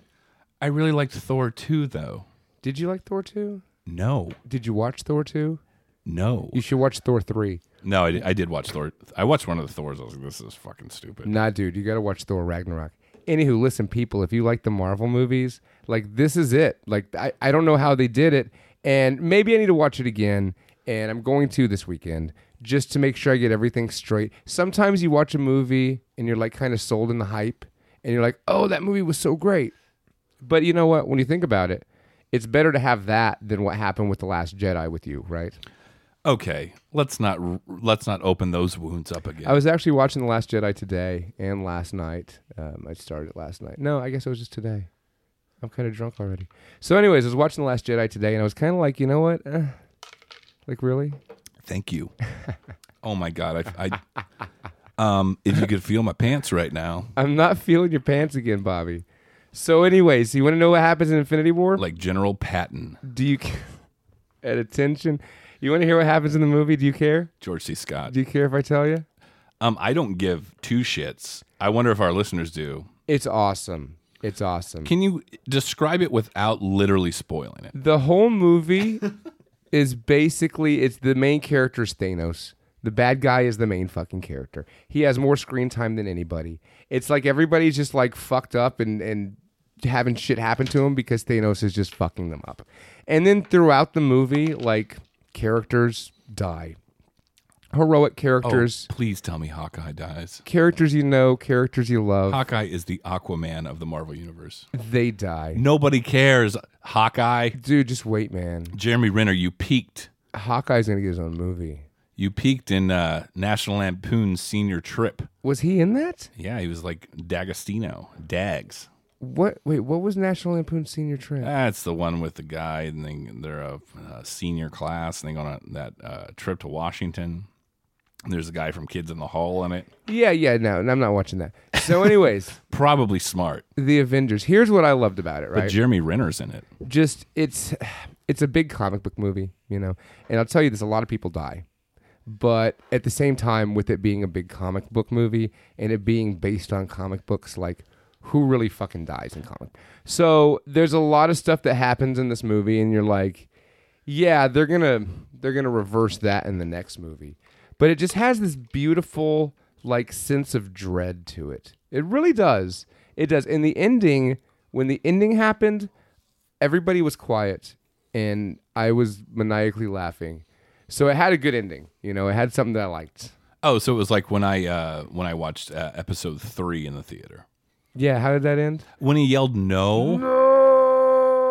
I really liked Thor 2, though.
Did you like Thor 2?
No,
Did you watch Thor 2?
no.
You should watch Thor 3.
No, I did, I did watch Thor. I watched one of the Thors. I was like, this is fucking stupid.
Nah, dude, you gotta watch Thor Ragnarok. Anywho, listen, people, if you like the Marvel movies, like this is it. Like I, I don't know how they did it, and maybe I need to watch it again. And I'm going to this weekend just to make sure I get everything straight. Sometimes you watch a movie and you're like kind of sold in the hype, and you're like, oh, that movie was so great. But you know what? When you think about it, it's better to have that than what happened with the Last Jedi with you, right?
Okay, let's not r- let's not open those wounds up again.
I was actually watching The Last Jedi today and last night. Um, I started it last night. No, I guess it was just today. I'm kind of drunk already. So, anyways, I was watching The Last Jedi today, and I was kind of like, you know what? Eh, like, really?
Thank you. oh my god, I, I um, if you could feel my pants right now,
I'm not feeling your pants again, Bobby. So, anyways, you want to know what happens in Infinity War?
like General Patton,
Do you ca- at attention? You want to hear what happens in the movie? Do you care?
George C. Scott.
Do you care if I tell you?
Um, I don't give two shits. I wonder if our listeners do.
It's awesome. It's awesome.
Can you describe it without literally spoiling it?
the whole movie is basically it's the main character is Thanos. The bad guy is the main fucking character. He has more screen time than anybody. It's like everybody's just like fucked up and and having shit happen to him because Thanos is just fucking them up. And then throughout the movie, like characters die. Heroic characters,
Please tell me Hawkeye dies.
characters you know, characters you love,
Hawkeye is the Aquaman of the Marvel universe.
they die.
Nobody cares. Hawkeye,
Dude, just wait, man.
Jeremy Renner, you peaked.
Hawkeye's gonna get his own movie.
You peaked in uh, National Lampoon's Senior Trip.
Was he in that?
Yeah, he was like D'Agostino, Dags.
What? Wait, what was National Lampoon Senior Trip?
That's the one with the guy, and they, they're a, uh senior class, and they go on a, that uh, trip to Washington. And there's a guy from Kids in the Hall in it.
Yeah, yeah, no, no, I'm not watching that. So, anyways,
Probably smart,
the Avengers. Here's what I loved about it,
but
right?
Jeremy Renner's in it.
Just it's it's a big comic book movie, you know. And I'll tell you this: a lot of people die, but at the same time, with it being a big comic book movie and it being based on comic books, like who really fucking dies in comic? So there's a lot of stuff that happens in this movie, and you're like, yeah, they're gonna they're gonna reverse that in the next movie. But it just has this beautiful like sense of dread to it. It really does. It does. In the ending, when the ending happened, everybody was quiet and I was maniacally laughing. So it had a good ending. You know, it had something that I liked.
Oh, so it was like when I uh, when I watched uh, episode three in the theater.
Yeah, how did that end?
When he yelled no,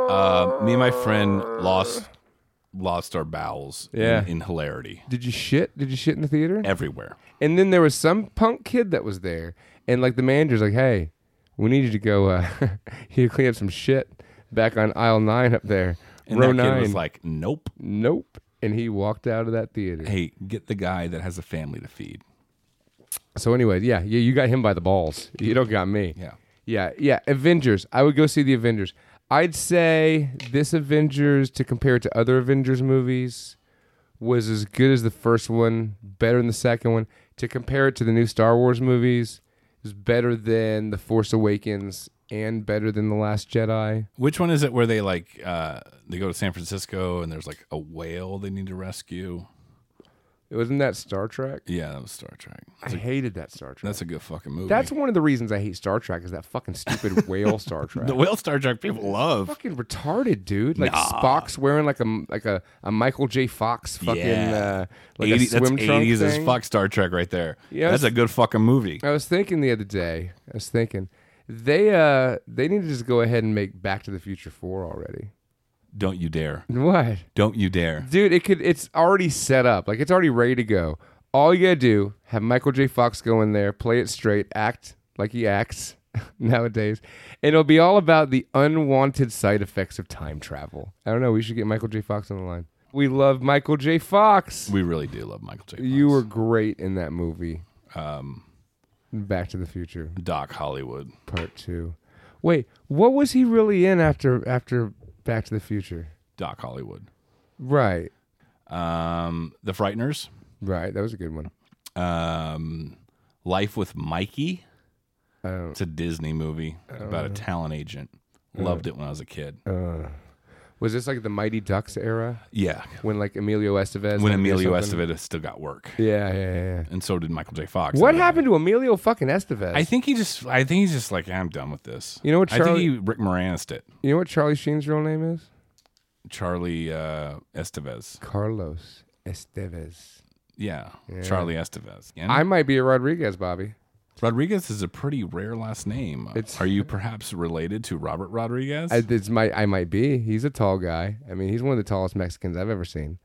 Uh, me and my friend lost lost our bowels
Yeah.
in, in hilarity
Did you shit? Did you shit in the theater?
everywhere.
And then there was some punk kid that was there, and like the manager's like, "Hey, we need you to go, uh, you clean up some shit back on aisle nine up there,
And
row
that kid
nine.
was like, "Nope."
nope." And he walked out of that theater.
Hey, get the guy that has a family to feed.
So, anyways, yeah, yeah, you got him by the balls. You don't got me.
Yeah.
yeah, yeah. Avengers. I would go see the Avengers. I'd say this Avengers to compare it to other Avengers movies was as good as the first one, better than the second one. To compare it to the new Star Wars movies is better than The Force Awakens and better than The Last Jedi.
Which one is it where they like uh, they go to San Francisco and there's like a whale they need to rescue?
It wasn't that Star Trek.
Yeah, that was Star Trek.
I hated that Star Trek.
That's a good fucking movie.
That's one of the reasons I hate Star Trek is that fucking stupid whale Star Trek.
the whale Star Trek people love.
fucking retarded, dude. Like Spock's wearing like a like a, a Michael J. Fox fucking
Yeah.
uh, like
80,
a swim
that's
trunk
80s
thing.
as fuck Star Trek right there.
Yes.
That's a good fucking movie.
I was thinking the other day. I was thinking they uh they need to just go ahead and make Back to the Future Four already.
Don't you dare.
What,
Don't you dare.
dude? It could. It's already set up. Like it's already ready to go. All you gotta do have Michael J. Fox go in there, play it straight, act like he acts nowadays, and it'll be all about the unwanted side effects of time travel. I don't know. We should get Michael J. Fox on the line. We love Michael J. Fox.
We really do love Michael J. Fox.
You were great in that movie. Um, Back to the Future
Doc Hollywood.
Part Two. Wait, what was he really in after after Back to the Future?
Doc Hollywood.
Right,
Um, the Frighteners.
right. That was a good one.
Um, Life with Mikey.
I don't.
It's a Disney movie
Oh.
about a talent agent. Loved it when I was a kid.
Uh, was this like the Mighty Ducks era
Yeah.
when like Emilio Estevez?
When
had to do
Emilio
something?
Estevez still got work.
Yeah, yeah, yeah. yeah.
And so did Michael J. Fox.
What
And
happened to Emilio fucking Estevez?
I think he just I think he's just like, I'm done with this.
You know what,
I think
Charlie-
he Rick Moranis it.
you know what Charlie Sheen's real name is?
Charlie uh, Estevez.
Carlos Estevez.
Mm-hmm. Yeah. Charlie Estevez. And
I might be a Rodriguez, Bobby.
Rodriguez is a pretty rare last name.
It's-
Are you perhaps related to Robert Rodriguez?
I, it's my, I might be. He's a tall guy. I mean, he's one of the tallest Mexicans I've ever seen.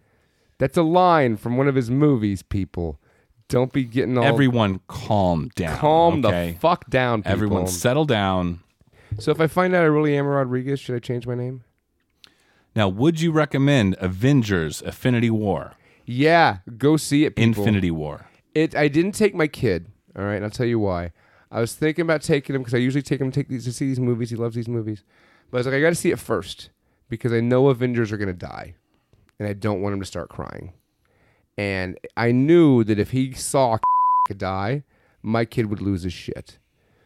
That's a line from one of his movies, people. Don't be getting all
Everyone calm down.
calm
okay?
the fuck down, people.
Everyone settle down.
So if I find out I really am Rodriguez, should I change my name?
Now, would you recommend Avengers: Affinity War?
Yeah, go see it. People.
Infinity War.
It. I didn't take my kid. All right, and I'll tell you why. I was thinking about taking him because I usually take him to, take these, to see these movies. He loves these movies, but I was like, I got to see it first because I know Avengers are gonna die, and I don't want him to start crying. And I knew that if he saw die, my kid would lose his shit.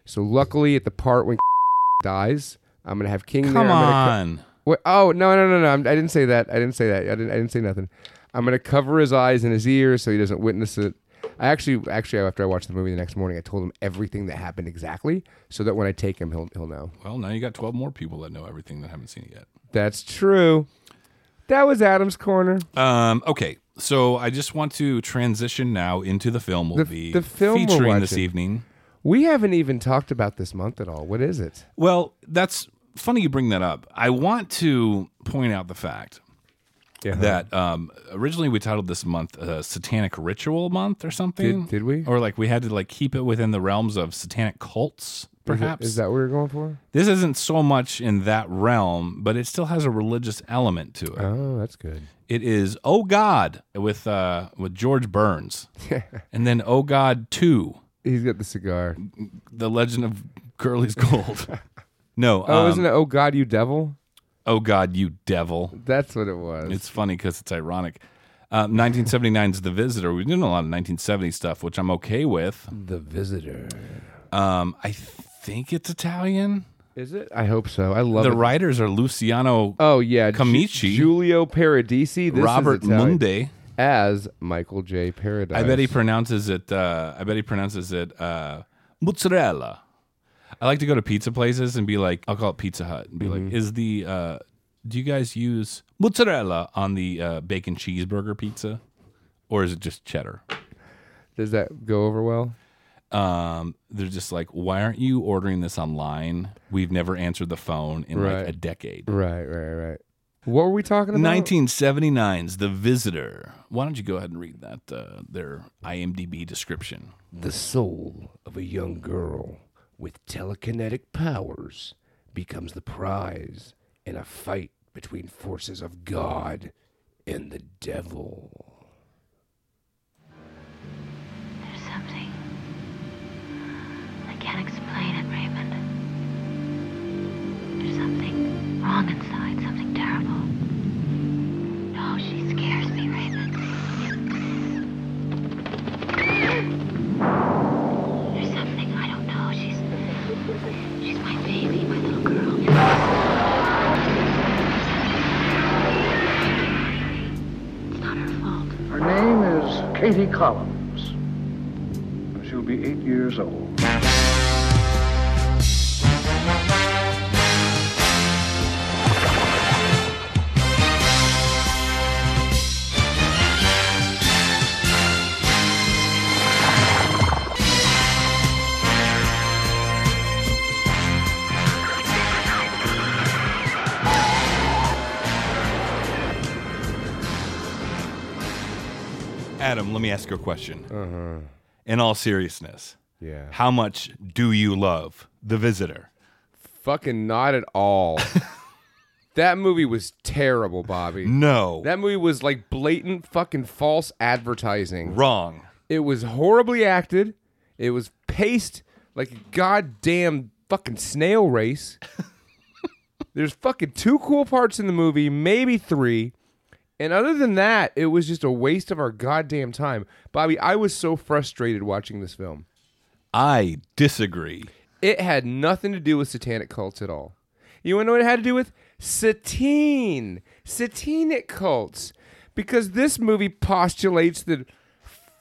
So luckily, at the part when dies, I'm gonna have King. there.
Come
I'm gonna co-
on.
Wait, oh no no no no! I'm, I didn't say that. I didn't say that. I didn't. I didn't say nothing. I'm gonna cover his eyes and his ears so he doesn't witness it. I actually, actually, after I watched the movie the next morning, I told him everything that happened exactly, so that when I take him, he'll he'll know.
Well, now you got 12 more people that know everything that haven't seen it yet.
That's true. That was Adam's corner.
Um, okay, so I just want to transition now into the film we'll
The-
be
the film we're
featuring this
watching.
evening.
We haven't even talked about this month at all. What is it?
Well, that's funny you bring that up. I want to point out the fact
Yeah.
that um, originally we titled this month uh, Satanic Ritual Month or something.
Did- did we?
Or like we had to like keep it within the realms of satanic cults, perhaps.
Is that what you're going for?
this isn't so much in that realm, but it still has a religious element to it.
Oh, that's good.
It is Oh God with uh, with George Burns, and then Oh God Two,
He's got the cigar.
The Legend of Curly's Gold. no,
Oh,
um,
isn't it? Oh God, you devil!
Oh God, you devil.
That's what it was.
It's funny because it's ironic. Um, 1979's The Visitor. We've done a lot of 1970 stuff, which I'm okay with.
the visitor.
Um, I think it's Italian.
Is it? I hope so. I love
The
it.
writers are Luciano,
Oh yeah, Ju-
Camici.
Giulio Paradisi, this is
Robert
Italian,
Munde.
as Michael J. Paradise.
I bet he pronounces it. Uh, I bet he pronounces it uh, mozzarella. I like to go to pizza places and be like, I'll call it Pizza Hut and be like, is the uh, do you guys use mozzarella on the uh, bacon cheeseburger pizza, or is it just cheddar?
does that go over well.
um, they're just like, why aren't you ordering this online? We've never answered the phone in
Right.
like a decade.
Right, right, right. What were we talking about?
1979's The Visitor. Why don't you go ahead and read that uh, their IMDb description?
the soul of a young girl with telekinetic powers becomes the prize in a fight between forces of God and the devil.
There's something. I can't explain it, Raymond. There's something wrong inside, something terrible. No, she scares me, Raymond. There's something I don't know. She's she's my baby, my little girl. It's not her fault.
Her name is Katie Collins. She'll be eight years old.
Adam, let me ask you a question.
Uh-huh.
In all seriousness,
Yeah.
how much do you love The Visitor?
Fucking not at all. that movie was terrible, Bobby.
No,
That movie was like blatant fucking false advertising.
wrong.
It was horribly acted. It was paced like a goddamn fucking snail race. There's fucking two cool parts in the movie, maybe three. And other than that, it was just a waste of our goddamn time. Bobby, I was so frustrated watching this film.
I disagree.
It had nothing to do with satanic cults at all. You want to know what it had to do with? Satine. Satanic cults. Because this movie postulates that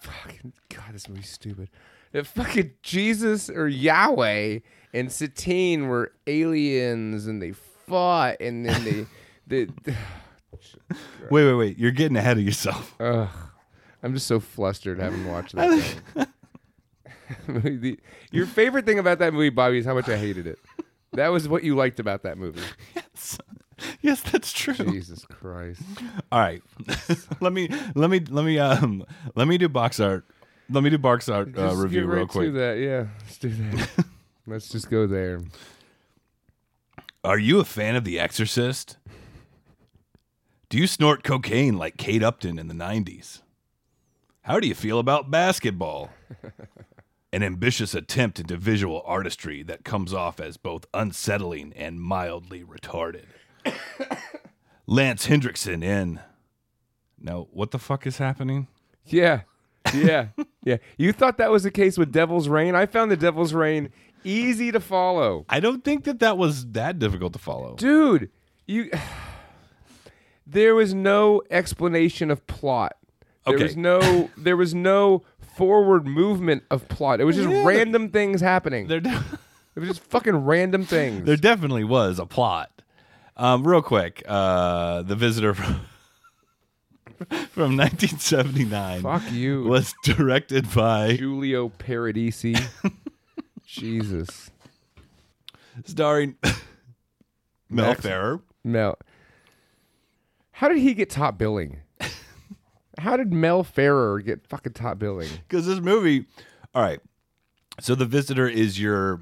fucking God, this movie's stupid. That fucking Jesus or Yahweh and Satine were aliens and they fought and then they they
Wait, wait, wait. You're getting ahead of yourself.
Ugh. I'm just so flustered having watched that. thing. The- Your favorite thing about that movie, Bobby, is how much I hated it. That was what you liked about that movie.
yes, that's true.
Jesus Christ.
All right. let me let me let me um let me do box art. Let me do box art uh,
Just
review
get
real
right to
quick.
that. Yeah, let's do that. let's just go there.
Are you a fan of The Exorcist? Do you snort cocaine like Kate Upton in the 90s? How do you feel about basketball? An ambitious attempt into visual artistry that comes off as both unsettling and mildly retarded. Lance Hendrickson in. No, what the fuck is happening?
Yeah. Yeah. yeah. You thought that was the case with Devil's Rain? I found the Devil's Rain easy to follow.
I don't think that that was that difficult to follow.
Dude, you There was no explanation of plot. There
Okay.
was no there was no forward movement of plot. It was just
Yeah.
random things happening.
There, de-
it was just fucking random things.
there definitely was a plot. Um, real quick, uh, the visitor from, from 1979
Fuck you.
was directed by
Giulio Paradisi. Jesus.
starring Mel
Max-
Ferrer.
Mel. How did he get top billing? How did Mel Ferrer get fucking top billing?
because this movie all right so the visitor is your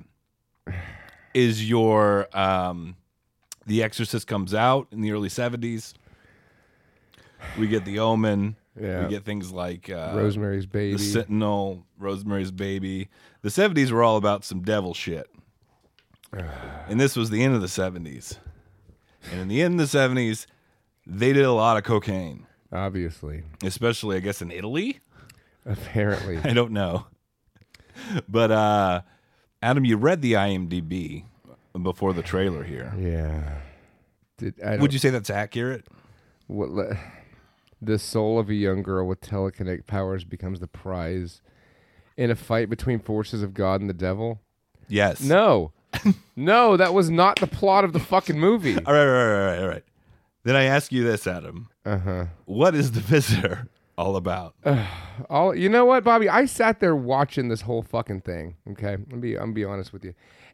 is your um the exorcist comes out in the early 70s we get the omen
Yeah.
we get things like uh
Rosemary's Baby.
the sentinel rosemary's baby the 70s were all about some devil shit and this was the end of the 70s and in the end of the 70s they did a lot of cocaine
obviously.
especially i guess in italy
Apparently.
I don't know. But uh Adam, you read the IMDb before the trailer here.
yeah. Did I
Would you say that's accurate?
what le- the soul of a young girl with telekinetic powers becomes the prize in a fight between forces of God and the devil?
Yes.
No. no, that was not the plot of the fucking movie.
All right, all right, all right, all right. Then I ask you this, Adam.
Uh-huh.
What is the visitor all about?
All you know what, Bobby? I sat there watching this whole fucking thing. Okay, I'm be I'm be honest with you,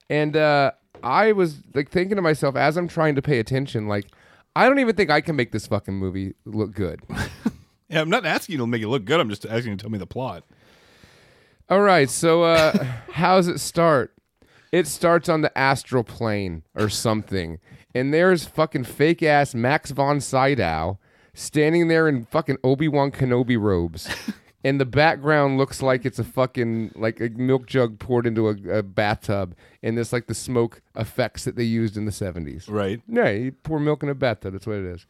and uh, I was like thinking to myself as I'm trying to pay attention, like I don't even think I can make this fucking movie look good.
yeah, I'm not asking you to make it look good. I'm just asking you to tell me the plot.
All right, so uh, how's it start? It starts on the astral plane or something, and there's fucking fake ass Max von Sydow standing there in fucking Obi Wan Kenobi robes, and the background looks like it's a fucking like a milk jug poured into a, a bathtub, and it's like the smoke effects that they used in the seventies.
Right.
Yeah, you pour milk in a bathtub. That's what it is.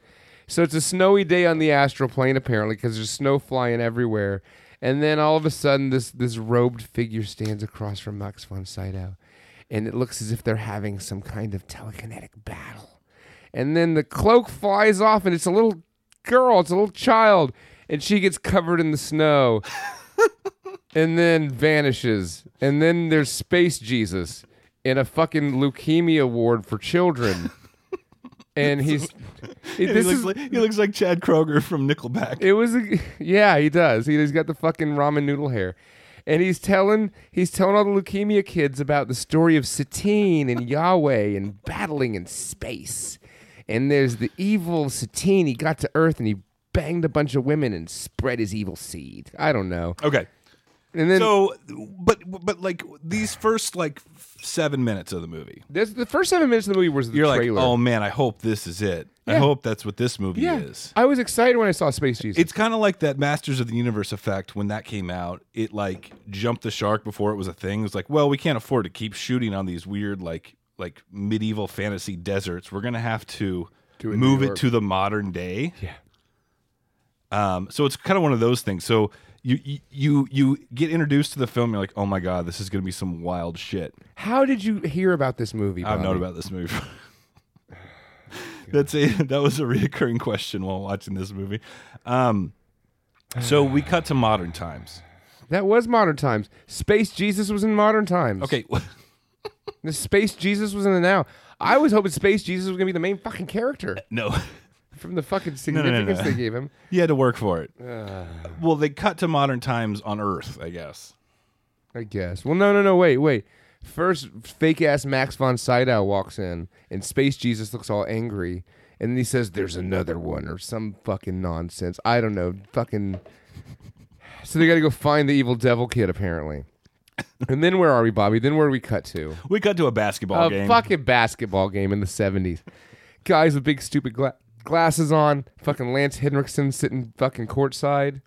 So it's a snowy day on the astral plane, apparently, because there's snow flying everywhere. And then all of a sudden, this this robed figure stands across from Max von Sydow, and it looks as if they're having some kind of telekinetic battle. And then the cloak flies off, and it's a little girl, it's a little child, and she gets covered in the snow and then vanishes. And then there's Space Jesus in a fucking leukemia ward for children. and he's it-
He
this
looks,
is,
like, he looks like Chad Kroger from Nickelback.
it was a, yeah, he does. He, he's got the fucking ramen noodle hair. And he's telling he's telling all the leukemia kids about the story of Satine and Yahweh and battling in space. And there's the evil Satine. He got to Earth and he banged a bunch of women and spread his evil seed. I don't know.
okay.
And then
So, but but like these first like seven minutes of the movie,
This, the first seven minutes of the movie was the
you're
trailer.
like, oh man, I hope this is it. I
Yeah.
hope that's what this movie
yeah.
is.
I was excited when I saw Space Jesus.
It's kind of like that Masters of the Universe effect when that came out. It like jumped the shark before it was a thing. It was like, well, we can't afford to keep shooting on these weird like like medieval fantasy deserts. We're gonna have to
Do it in
move
New
it
York.
to the modern day.
Yeah.
Um. So it's kind of one of those things. So you you- you you get introduced to the film. You're like, oh my god, this is gonna be some wild shit.
How did you hear about this movie?
I've known
Bobby?
about this movie. That's a that was a reoccurring question while watching this movie. Um, so we cut to modern times.
that was modern times. Space Jesus was in modern times.
Okay,
the Space Jesus was in the now. I was hoping Space Jesus was gonna be the main fucking character
no,
from the fucking
no, no,
significance
no.
they gave him.
you had to work for it. well, they cut to modern times on Earth, I guess.
I guess. Well, no, no, no. Wait, wait. First, fake ass Max von Sydow walks in, and Space Jesus looks all angry, and then he says, "There's another one," or some fucking nonsense. I don't know. Fucking. So they got to go find the evil devil kid, apparently. and then where are we, Bobby? Then where do we cut to?
We got to a basketball
a
game.
fucking basketball game in the 70s. Guys with big stupid gla- glasses on. Fucking Lance Henriksen sitting fucking courtside.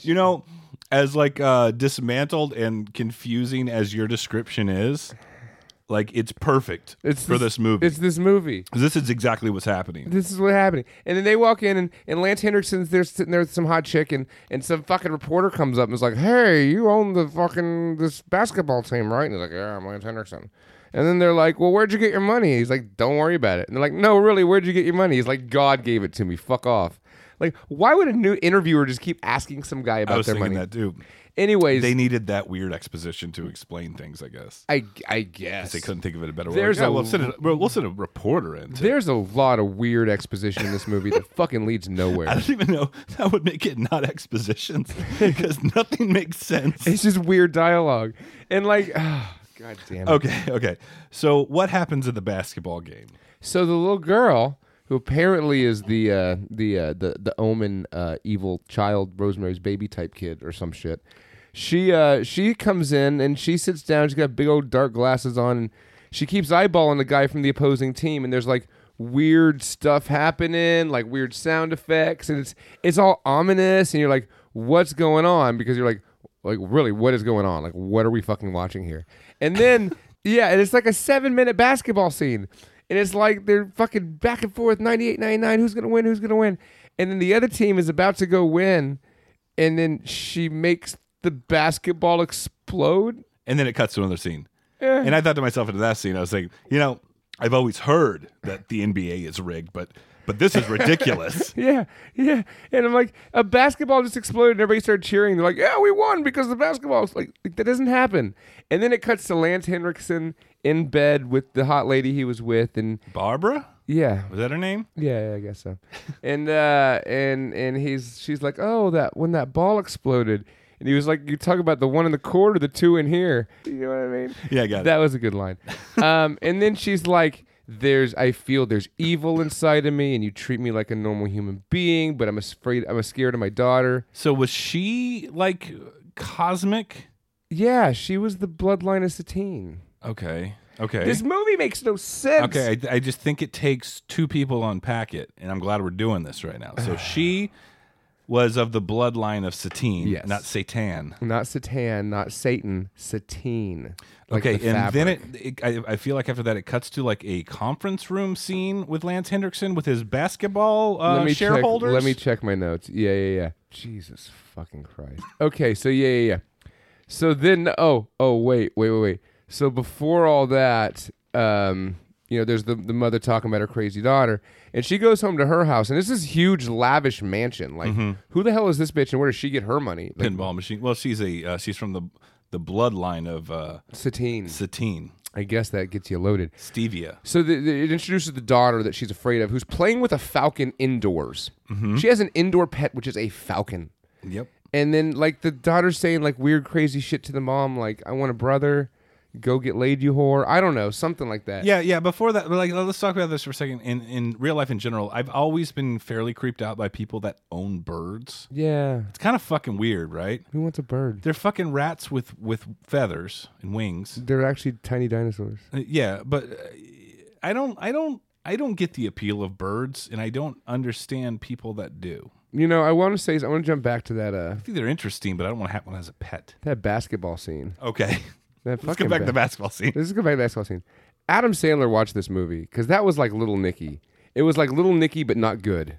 You know, as like uh dismantled and confusing as your description is, like it's perfect
It's
for this, movie.
It's this movie.
this is exactly what's happening.
This is what's happening. And then they walk in, and, and Lance Henriksen's there sitting there with some hot chick, and, and some fucking reporter comes up and is like, "Hey, you own the fucking this basketball team, right?" And he's like, "Yeah, I'm Lance Henriksen." And then they're like, "Well, where'd you get your money?" He's like, "Don't worry about it." And they're like, "No, really, where'd you get your money?" He's like, "God gave it to me. Fuck off." Like, why would a new interviewer just keep asking some guy
I
about
was
their
thinking
money?
that too.
Anyways,
They needed that weird exposition to explain things, I guess.
I I guess
They couldn't think of it a better
There's
way. Yeah,
a-
we'll, send a, we'll we'll send a reporter in. To,
There's a lot of weird exposition in this movie that fucking leads
I
nowhere.
don't even know. That would make it not expositions because nothing makes sense.
It's just weird dialogue, and like, god damn. It.
Okay, okay. So what happens at the basketball game?
So the little girl, who apparently is the uh, the uh, the the Omen uh, evil child, Rosemary's Baby type kid or some shit, she uh, she comes in and she sits down. She's got big old dark glasses on, and she keeps eyeballing the guy from the opposing team. And there's like weird stuff happening, like weird sound effects, and it's it's all ominous. And you're like, what's going on? Because you're like. Like really, what is going on? Like, what are we fucking watching here? And then, yeah, and it's like a seven-minute basketball scene. And it's like they're fucking back and forth 98 99. Who's going to win? Who's going to win? And then the other team is about to go win. And then she makes the basketball explode.
And then it cuts to another scene. And I thought to myself into that scene, I was like, you know, I've always heard that the NBA is rigged, but but this is ridiculous.
Yeah, yeah. And I'm like, a basketball just exploded and everybody started cheering. They're like, yeah, we won because the basketball. It's like, like, that doesn't happen. And then it cuts to Lance Henriksen in bed with the hot lady he was with. And
Barbara?
yeah,
Was that her name?
Yeah, yeah, I guess so. and uh, and and he's she's like, oh, that when that ball exploded, and he was like, you talk about the one in the court or the two in here. You know what I mean?
Yeah, I got
That was a good line. um, and then she's like, there's I feel there's evil inside of me, and you treat me like a normal human being, but I'm afraid I'm scared of my daughter.
it. So was she like cosmic?
Yeah, she was the bloodline of Satine.
Okay. Okay.
This movie makes no sense.
okay, I, I just think it takes two people to unpack it, and I'm glad we're doing this right now. So she was of the bloodline of Satine,
Yes.
not Satan.
Not Satan, not Satan, Satine. Like
Okay,
the
and then
fabric.
it, it I, I feel like after that it cuts to like a conference room scene with Lance Hendrickson with his basketball uh,
let me
shareholders.
Check, let me check my notes. Yeah, yeah, yeah. Jesus fucking Christ. Okay, so yeah, yeah, yeah. So then, oh, oh, wait, wait, wait, wait. So before all that, um, you know, there's the the mother talking about her crazy daughter, and she goes home to her house, and it's this huge, lavish mansion. Like, who the hell is this bitch, and where does she get her money? Like,
pinball machine. Well, she's a uh, she's from the the bloodline of uh,
Satine.
Satine
I guess that gets you loaded.
Stevia.
So the, the, it introduces the daughter that she's afraid of, who's playing with a falcon indoors. She has an indoor pet, which is a falcon.
Yep.
And then like the daughter's saying like weird crazy shit to the mom, like, I want a brother, go get laid, you whore. I don't know, something like that.
Yeah, yeah. Before that, but, like, let's talk about this for a second. In in real life, in general, I've always been fairly creeped out by people that own birds.
Yeah.
It's kind of fucking weird, right?
Who wants a bird?
They're fucking rats with with feathers and wings.
They're actually tiny dinosaurs.
Uh, Yeah, but uh, I don't, I don't, I don't get the appeal of birds, and I don't understand people that do.
You know, I wanna say I wanna jump back to that uh
I think they're interesting, but I don't want to have one as a pet.
that basketball scene.
Okay,
That
let's
fucking
get back to
ba-
the basketball scene.
Let's go back to the basketball scene. Adam Sandler watched this movie because that was like Little Nicky. It was like Little Nicky, but not good.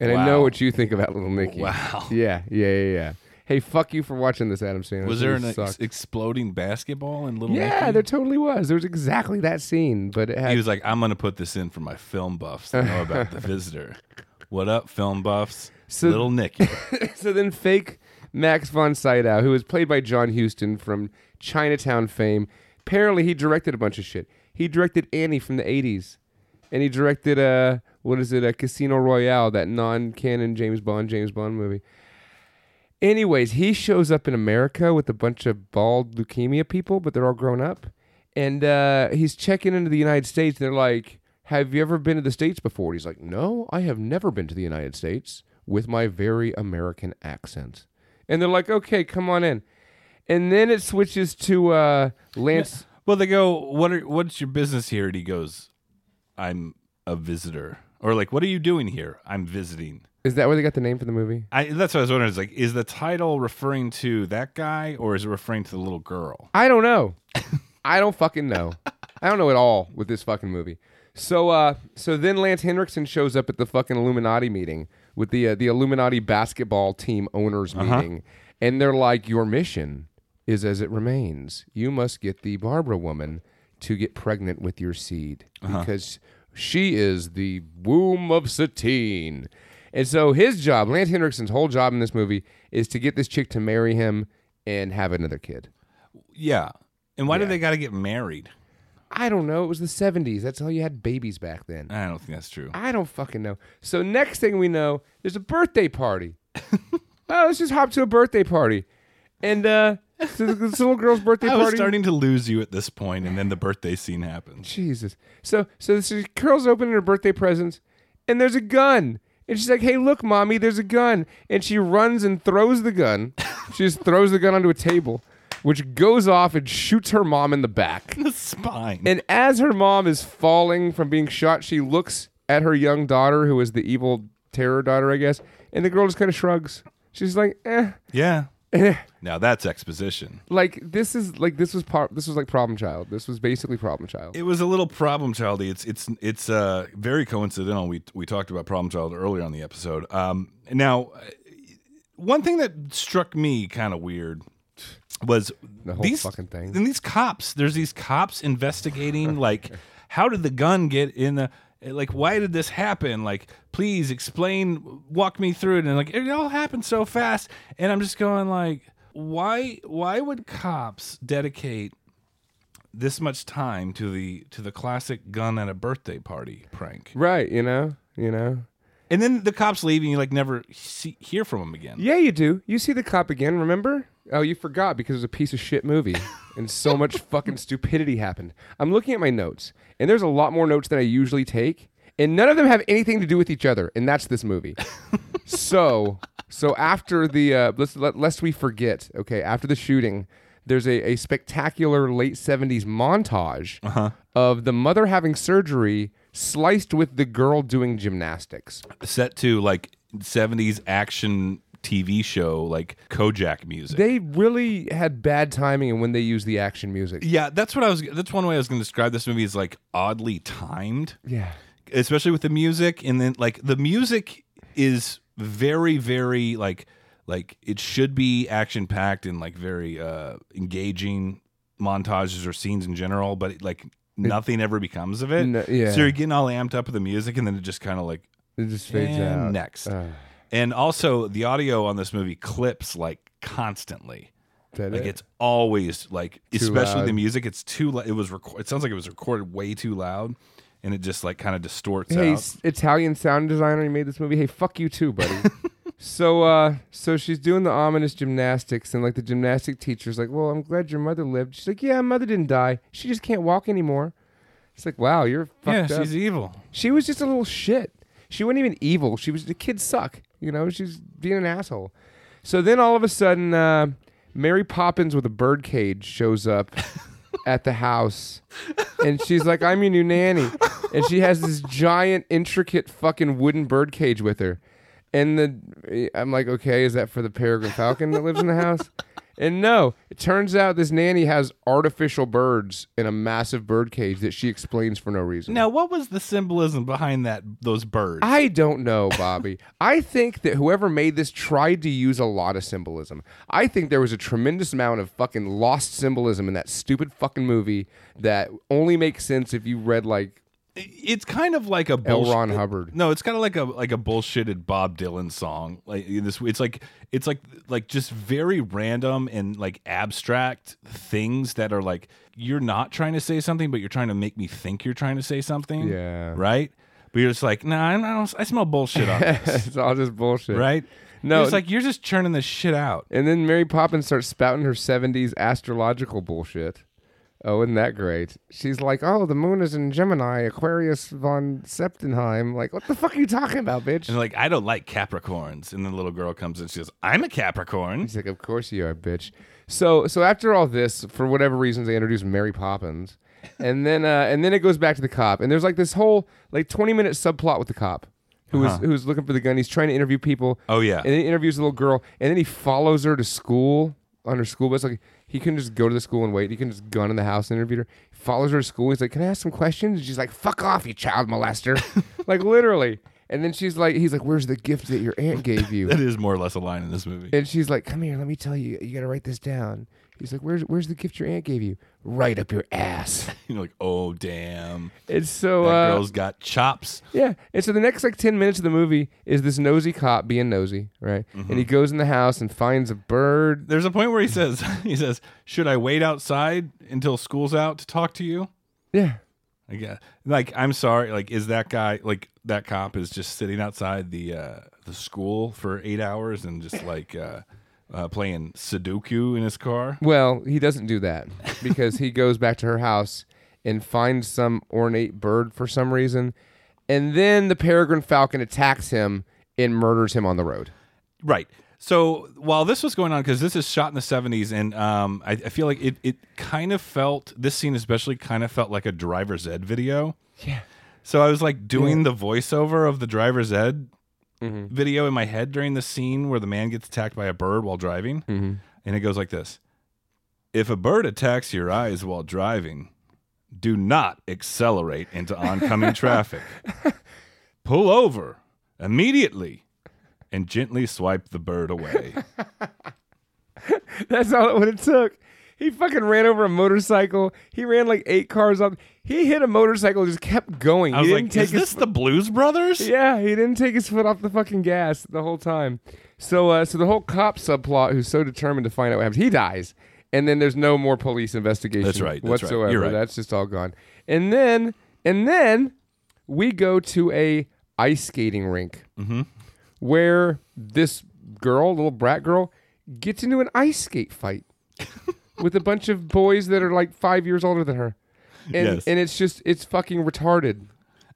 And I know
Wow.
what you think about Little Nicky.
Wow.
Yeah, yeah, yeah, yeah. Hey, fuck you for watching this, Adam Sandler.
Was
This
there
movie
an
sucked.
ex- exploding basketball in Little
Yeah,
Nicky?
there totally was. There was exactly that scene, but it had.
he was like, "I'm gonna put this in for my film buffs that know about the visitor." What up, film buffs?
So-
Little Nicky.
so then fake Max von Sydow, who was played by John Huston from Chinatown fame, apparently he directed a bunch of shit. He directed Annie from the '80s, and he directed uh, what is it, a Casino Royale, that non-canon James Bond James Bond movie. Anyways, he shows up in America with a bunch of bald leukemia people, but they're all grown up. And uh, he's checking into the United States. They're like, Have you ever been to the States before? And he's like, No, I have never been to the United States with my very American accent. and they're like, "Okay, come on in." And then it switches to uh, Lance.
Well, they go, "What are what's your business here?" And he goes, "I'm a visitor." Or like, "What are you doing here?" "I'm visiting."
Is that where they got the name for the movie?
I, that's what I was wondering. Is like, is the title referring to that guy, or is it referring to the little girl?
I don't know. I don't fucking know. I don't know at all with this fucking movie. So uh so then Lance Henriksen shows up at the fucking Illuminati meeting with the uh, the Illuminati basketball team owners meeting and they're like your mission is as it remains. You must get the Barbara woman to get pregnant with your seed because she is the womb of Satine. And so his job, Lance Henriksen's whole job in this movie is to get this chick to marry him and have another kid.
Yeah. And why do they got to get married?
I don't know. It was the 70s. That's how you had babies back then.
I don't think that's true.
I don't fucking know. So next thing we know, there's a birthday party. oh, let's just hop to a birthday party. And uh so this little girl's birthday
I
party.
was starting to lose you at this point, and then the birthday scene happens.
Jesus. So so she curls open her birthday presents, and there's a gun. And she's like, "Hey, look, mommy, there's a gun!" And she runs and throws the gun. she just throws the gun onto a table, which goes off and shoots her mom in the back.
The spine.
And as her mom is falling from being shot, she looks at her young daughter, who is the evil terror daughter, I guess, and the girl just kind of shrugs. She's like, eh.
yeah. now that's exposition.
Like this is like this was part this was like problem child. This was basically problem child.
It was a little problem childy. It's it's it's uh very coincidental. We we talked about problem child earlier on the episode. Um, now, uh, one thing that struck me kind of weird was
The whole
these
fucking thing.
Then these cops. There's these cops investigating. like, how did the gun get in the? Like, why did this happen? Like, please explain. Walk me through it. And like, it all happened so fast. And I'm just going like, why? Why would cops dedicate this much time to the to the classic gun at a birthday party prank.
right, you know? You know?
And then the cops leave and you like never see, hear from them again.
Yeah, you do. You see the cop again, remember? Oh, you forgot because it was a piece of shit movie and so much fucking stupidity happened. I'm looking at my notes, and there's a lot more notes than I usually take, and none of them have anything to do with each other, and that's this movie. so, so after the uh, let's, let, lest we forget, okay, after the shooting, there's a, a spectacular late 70s montage of the mother having surgery sliced with the girl doing gymnastics.
Set to like 70s action TV show like Kojak music.
They really had bad timing and when they used the action music.
yeah, that's what I was that's one way I was going to describe this movie is like oddly timed,
Yeah.
especially with the music and then like the music is very very like like it should be action packed and like very uh engaging montages or scenes in general, but like nothing ever becomes of it.
No- yeah.
Eh, So you're getting all amped up with the music and then it just kind of like
It just fades
and
out.
next.
Uh,
And also, the audio on this movie clips like constantly.
that
Like
it?
it's always like, especially
loud.
the music. It's too. lou- It was. Reco- it sounds like it was recorded way too loud, and it just like kind of distorts
hey,
out.
s- Italian sound designer, you made this movie. Hey, fuck you too, buddy. so, uh, so she's doing the ominous gymnastics, and like the gymnastic teacher's like, "Well, I'm glad your mother lived." She's like, "Yeah, mother didn't die. She just can't walk anymore." It's like, wow, you're
Yeah,
fucked up.
she's evil.
She was just a little shit. She wasn't even evil. She was the kids suck. You know, she's being an asshole. So then all of a sudden, uh, Mary Poppins with a bird cage shows up at the house, and she's like, "I'm your new nanny," and she has this giant, intricate, fucking wooden bird cage with her. And the I'm like, okay, is that for the peregrine falcon that lives in the house? And no, it turns out this nanny has artificial birds in a massive bird cage that she explains for no reason.
Now, what was the symbolism behind that? Those birds.
I don't know, Bobby. I think that whoever made this tried to use a lot of symbolism. I think there was a tremendous amount of fucking lost symbolism in that stupid fucking movie that only makes sense if you read like
it's kind of like a
L.
bullshit.
Ron Hubbard.
No, it's kind of like a like a bullshitted Bob Dylan song. Like in this, it's like it's like like just very random and like abstract things that are like you're not trying to say something, but you're trying to make me think you're trying to say something.
Yeah.
right. But you're just like, nah, I don't. I smell bullshit on this,
it's all just bullshit,
right?
No.
it's like you're just churning this shit out.
And then Mary Poppins starts spouting her '70s astrological bullshit, Oh, isn't that great? She's like, oh, the moon is in Gemini, Aquarius von Septenheim. Like, what the fuck are you talking about, bitch?
And like, I don't like Capricorns. And then the little girl comes and she goes, I'm a Capricorn.
He's like, "Of course you are, bitch." So, so after all this, for whatever reasons, they introduce Mary Poppins, and then, uh, and then it goes back to the cop, and there's like this whole like 20 minute subplot with the cop, who is who's looking for the gun. He's trying to interview people.
Uh-huh. Oh, yeah.
and then he interviews a little girl, and then he follows her to school on her school bus. Like he couldn't just go to the school and wait. He can just gun in the house and interview her. He follows her to school. He's like, "Can I ask some questions?" And she's like, "Fuck off, you child molester!" like literally. And then she's like, "He's like, where's the gift that your aunt gave you?"
That is more or less a line in this movie.
And she's like, "Come here, let me tell you. You gotta write this down." He's like, "Where's where's the gift your aunt gave you? Right up your ass."
you know, like, oh, damn.
It's so
That
uh,
girl's got chops.
yeah. And so the next like ten minutes of the movie is this nosy cop being nosy, right? And he goes in the house and finds a bird.
There's a point where he says, he says, should I wait outside until school's out to talk to you?
Yeah,
I guess. Like, I'm sorry. Like, is that guy like that cop is just sitting outside the uh, the school for eight hours and just like uh, uh, playing Sudoku in his car?
Well, he doesn't do that because he goes back to her house and finds some ornate bird for some reason. And then the peregrine falcon attacks him and murders him on the road.
Right. So while this was going on, because this is shot in the 70s, and um, I, I feel like it it kind of felt this scene especially kind of felt like a driver's ed video.
Yeah.
So I was like doing the voiceover of the driver's ed video in my head during the scene where the man gets attacked by a bird while driving.
Mm-hmm.
And it goes like this If a bird attacks your eyes while driving, do not accelerate into oncoming traffic. Pull over immediately and gently swipe the bird away.
That's all what it took. He fucking ran over a motorcycle. He ran like eight cars up. He hit a motorcycle. Just kept going.
I was
he
like,
didn't take
Is
his
this the Blues Brothers?
yeah. He didn't take his foot off the fucking gas the whole time. So uh, so the whole cop subplot, who's so determined to find out what happens, he dies, and then there's no more police investigation.
That's right, that's right.
whatsoever.
You're right.
That's just all gone. And then and then we go to a ice skating rink
Mm-hmm.
where this girl, little brat girl, gets into an ice skate fight with a bunch of boys that are like five years older than her. And,
Yes.
and it's just it's fucking retarded.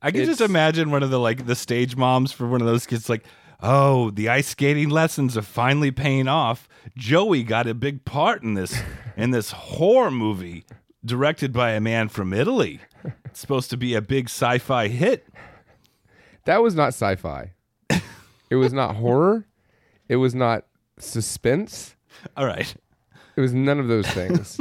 I can just
It's-
imagine one of the like the stage moms for one of those kids like, "Oh, the ice skating lessons are finally paying off. Joey got a big part in this in this horror movie directed by a man from Italy. It's supposed to be a big sci-fi hit."
That was not sci-fi. it was not horror. It was not suspense.
All right.
It was none of those things.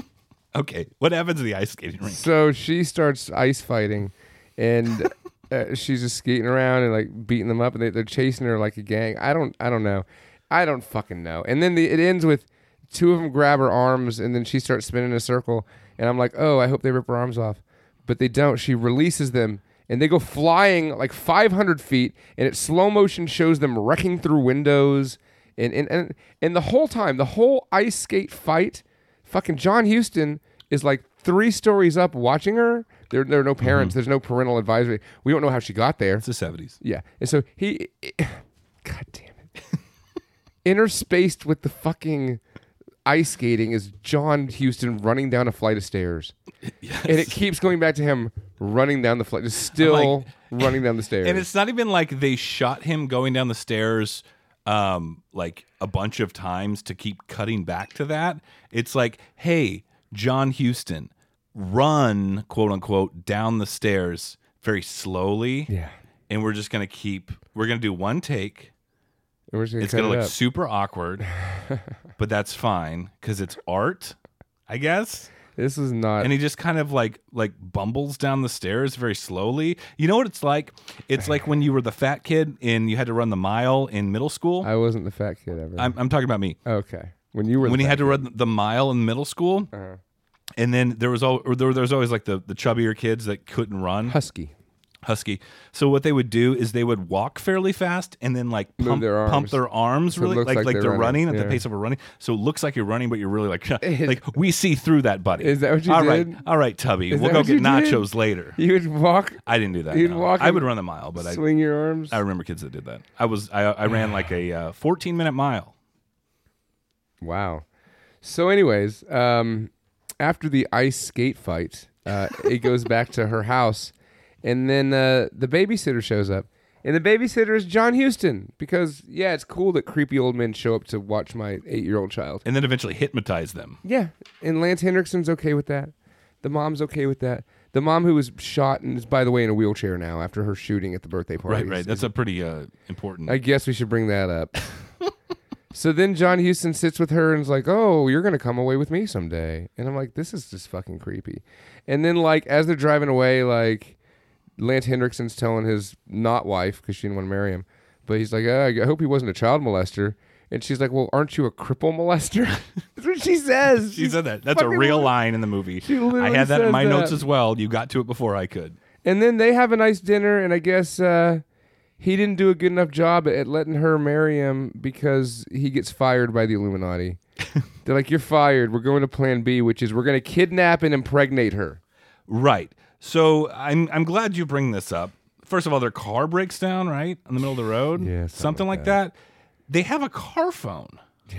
Okay. What happens to the ice skating rink?
so she starts ice fighting, and uh, she's just skating around and like beating them up, and they, they're chasing her like a gang. I don't, I don't know, I don't fucking know. And then the, it ends with two of them grab her arms, and then she starts spinning in a circle, and I'm like, oh, I hope they rip her arms off, but they don't. She releases them. And they go flying like 500 feet, and it slow motion shows them wrecking through windows, and and and, and the whole time, the whole ice skate fight, fucking John Houston is like three stories up watching her. There, there are no
Mm-hmm.
parents. There's no parental advisory. We don't know how she got there.
It's the 70s.
Yeah, and so he, god damn it, interspaced with the fucking ice skating is John Houston running down a flight of stairs, and it keeps going back to him running down the flight, just still running down the stairs.
And it's not even like they shot him going down the stairs um like a bunch of times to keep cutting back to that. It's like, hey, John Houston, run, quote unquote, down the stairs very slowly.
yeah,
And we're just gonna keep we're gonna do one take.
And we're just gonna
It's
cut
gonna
it
look
up.
super awkward, but that's fine because it's art, I guess
this is not.
and he just kind of like like bumbles down the stairs very slowly. You know what it's like? It's like when you were the fat kid and you had to run the mile in middle school.
I wasn't the fat kid ever.
I'm, I'm talking about me.
okay, when you were
When
the
you
fat
had to run the mile in middle school,
Uh-huh.
and then there was all or there, there was always like the the chubbier kids that couldn't run,
husky.
husky. So what they would do is they would walk fairly fast and then like pump
their arms.
pump their arms
it
really
looks
like
like
like,
they're
they're
running,
running, at
yeah.
the pace of a running. So it looks like you're running, but you're really like like we see through that, buddy.
Is that what you
All right,
did?
all right, Tubby.
Is
we'll
that
go
what you
get
did?
nachos later.
You would walk,
I didn't do that.
You'd
no.
walk
I
and
would run the mile, but I,
swing your arms.
I remember kids that did that. I was I, I ran like a uh, 14 minute mile.
Wow. So, anyways, um, after the ice skate fight, uh, it goes back to her house, and then uh, the babysitter shows up, and the babysitter is John Houston because yeah, it's cool that creepy old men show up to watch my eight-year-old child.
and then eventually hypnotize them.
Yeah, and Lance Hendrickson's okay with that. The mom's okay with that. The mom who was shot and is by the way in a wheelchair now after her shooting at the birthday party.
Right, right. That's a pretty uh, important.
I guess we should bring that up. so then John Houston sits with her and is like, "Oh, you're gonna come away with me someday," and I'm like, "This is just fucking creepy." And then like as they're driving away, like Lance Hendrickson's telling his not wife because she didn't want to marry him, but he's like, "Ah, "I hope he wasn't a child molester." And she's like, "Well, aren't you a cripple molester?" That's what she says.
she said that. That's a real line in the movie.
literally
I had that in
says
my notes
that.
as well. You got to it before I could.
And then they have a nice dinner, and I guess uh, he didn't do a good enough job at letting her marry him because he gets fired by the Illuminati. They're like, "You're fired. We're going to Plan B, which is we're going to kidnap and impregnate her."
Right. So I'm I'm glad you bring this up. First of all, their car breaks down right in the middle of the road.
Yeah, something
something
like
like that. They have a car phone. Yeah.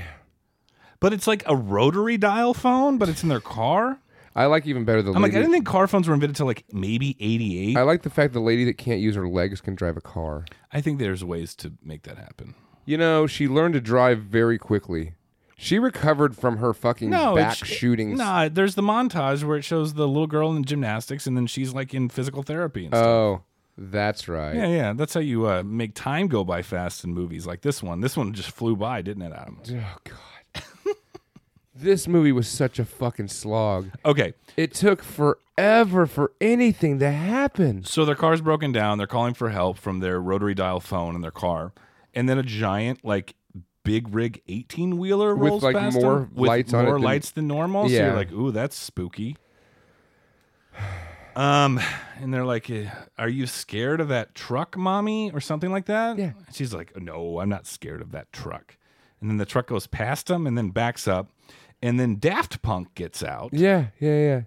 But it's like a rotary dial phone, but it's in their car.
I like even better the
I'm like,
lady.
I didn't think car phones were invented till like maybe '88.
I like the fact the lady that can't use her legs can drive a car.
I think there's ways to make that happen.
You know, she learned to drive very quickly. She recovered from her fucking back
it's-
shootings.
Nah, there's the montage where it shows the little girl in gymnastics, and then she's like in physical therapy. And stuff.
oh, that's right.
yeah, yeah, that's how you uh, make time go by fast in movies like this one. This one just flew by, didn't it, Adam?
Oh god. this movie was such a fucking slog.
Okay,
It took forever for anything to happen.
so their car's broken down. They're calling for help from their rotary dial phone in their car, and then a giant like big rig eighteen wheeler
With,
rolls
like,
past them
more
with
lights on
more
it than-
lights than normal. So
Yeah.
you're like, ooh, that's spooky. Um, and they're like, eh, "Are you scared of that truck, mommy, or something like that?"
Yeah.
And she's like, "No, I'm not scared of that truck." And then the truck goes past them, and then backs up, and then Daft Punk gets out
Yeah, yeah, yeah.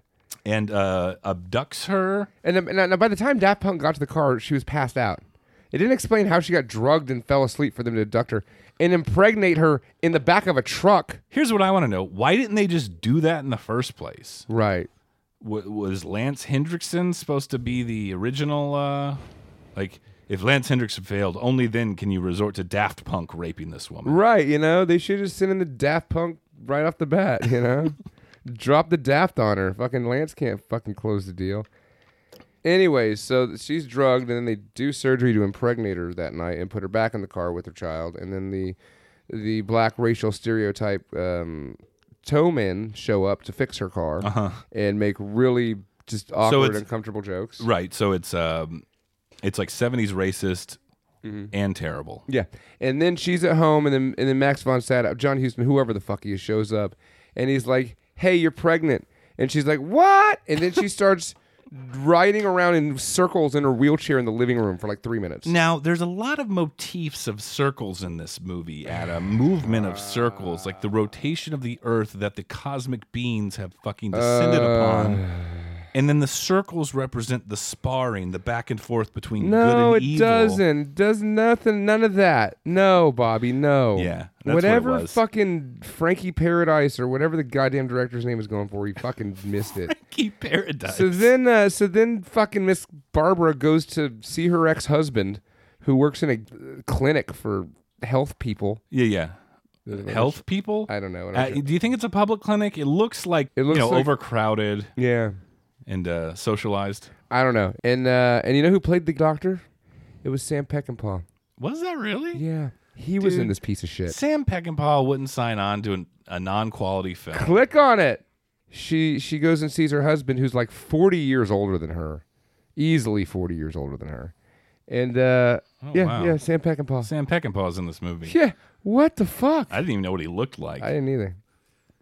and uh, abducts her.
And then- now, now by the time Daft Punk got to the car, she was passed out. It didn't explain how she got drugged and fell asleep for them to abduct her and impregnate her in the back of a truck.
Here's what I want to know: Why didn't they just do that in the first place?
Right.
w- was Lance Hendrickson supposed to be the original? Uh, like, if Lance Hendrickson failed, only then can you resort to Daft Punk raping this woman.
Right, you know, they should have sent in the Daft Punk right off the bat, you know? Drop the Daft on her. Fucking Lance can't fucking close the deal. Anyways, so th- she's drugged, and then they do surgery to impregnate her that night and put her back in the car with her child. And then the the black racial stereotype um, towmen show up to fix her car and make really just awkward,
it's-
uncomfortable jokes.
Right. So it's um, it's like '70s racist and terrible.
Yeah, and then she's at home, and then and then Max von Sydow, John Houston, whoever the fuck he is, shows up, and he's like, "Hey, you're pregnant," and she's like, "What?" And then she starts riding around in circles in her wheelchair in the living room for like three minutes.
Now, there's a lot of motifs of circles in this movie, Adam. Movement of circles, like the rotation of the earth that the cosmic beings have fucking descended
Uh.
upon. And then the circles represent the sparring, the back and forth between
no,
good
it
and evil.
doesn't. It Does nothing. None of that. No, Bobby. No.
Yeah, that's what it
whatever.
was.
Fucking Frankie Paradise or whatever the goddamn director's name is going for. He fucking missed it.
Keep paradise.
So then, uh, so then, fucking Miss Barbara goes to see her ex-husband, who works in a uh, clinic for health people.
Yeah, yeah. Health people?
I don't know. I'm
Uh,
sure.
do you think it's a public clinic? It looks like
It looks
you know
like-
overcrowded
Yeah,
and uh, socialized.
I don't know. And uh, and you know who played the doctor? It was Sam Peckinpah.
Was that really?
Yeah, he was in
Dude.
this piece of shit.
Sam Peckinpah wouldn't sign on to an, a non-quality film.
Click on it. She she goes and sees her husband, who's like forty years older than her, easily forty years older than her. And uh, yeah,
Oh, wow.
yeah, Sam Peckinpah.
Sam Peckinpah's in this movie.
Yeah, what the fuck?
I didn't even know what he looked like.
I didn't either.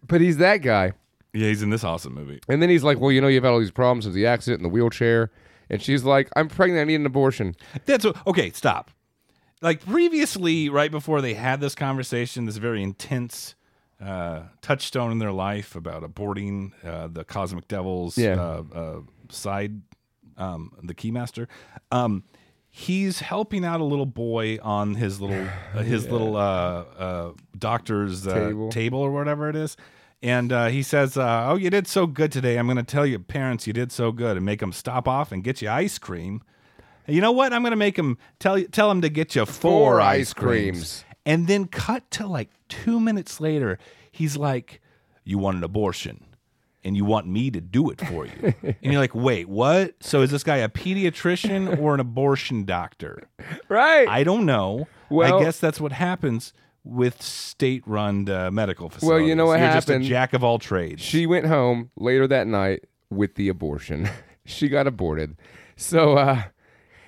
But he's that guy.
yeah, he's in this awesome movie.
And then he's like, "Well, you know, you've had all these problems with the accident and the wheelchair." And she's like, "I'm pregnant. I need an abortion."
That's what, okay. Stop. Like previously, right before they had this conversation, this very intense uh, touchstone in their life about aborting uh, the cosmic devil's
Yeah.
uh, uh, side, um, the keymaster. Um, he's helping out a little boy on his little uh, his little uh, uh, doctor's uh,
Table.
table or whatever it is. And uh, he says, uh, "Oh, you did so good today. I'm going to tell your parents you did so good and make them stop off and get you ice cream. And you know what? I'm going to make them tell you tell them to get you four,
Four
ice
ice creams.
creams. And then cut to like two minutes later, he's like, "You want an abortion." And you want me to do it for you. and you're like, wait, what? So is this guy a pediatrician or an abortion doctor?
Right.
I don't know.
Well-
I guess that's what happens with state-run uh, medical facilities.
Well, you know what
You're
happened?
Just a jack of all trades.
she went home later that night with the abortion. she got aborted. So uh,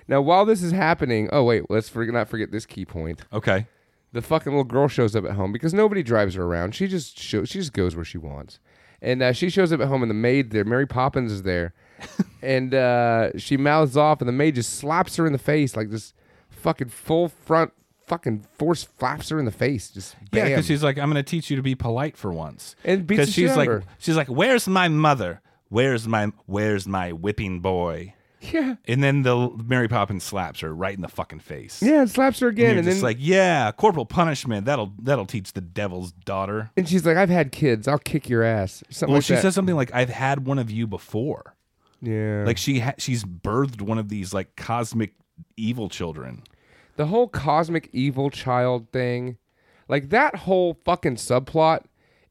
now, while this is happening, oh wait, let's for, not forget this key point.
okay.
The fucking little girl shows up at home because nobody drives her around. She just shows, she just goes where she wants, and uh, she shows up at home, and the maid there, Mary Poppins, is there, and uh, she mouths off, and the maid just slaps her in the face like this fucking full front fucking force flaps her in the face. Just
Yeah,
bam.
because she's like, I'm going to teach you to be polite for once.
And beats the shit
she's
out of
like,
her.
she's like, where's my mother? Where's my where's my whipping boy?
yeah,
And then the Mary Poppins slaps her right in the fucking face.
yeah, and slaps her
And
again,
you're
and
just
then
like, yeah, corporal punishment. That'll that'll teach the devil's daughter.
And she's like, "I've had kids. I'll kick your ass." Something
Well,
like
she
that.
says something like, I've had one of you before.
"Yeah."
Like she ha- she's birthed one of these like cosmic evil children.
the whole cosmic evil child thing, like that whole fucking subplot,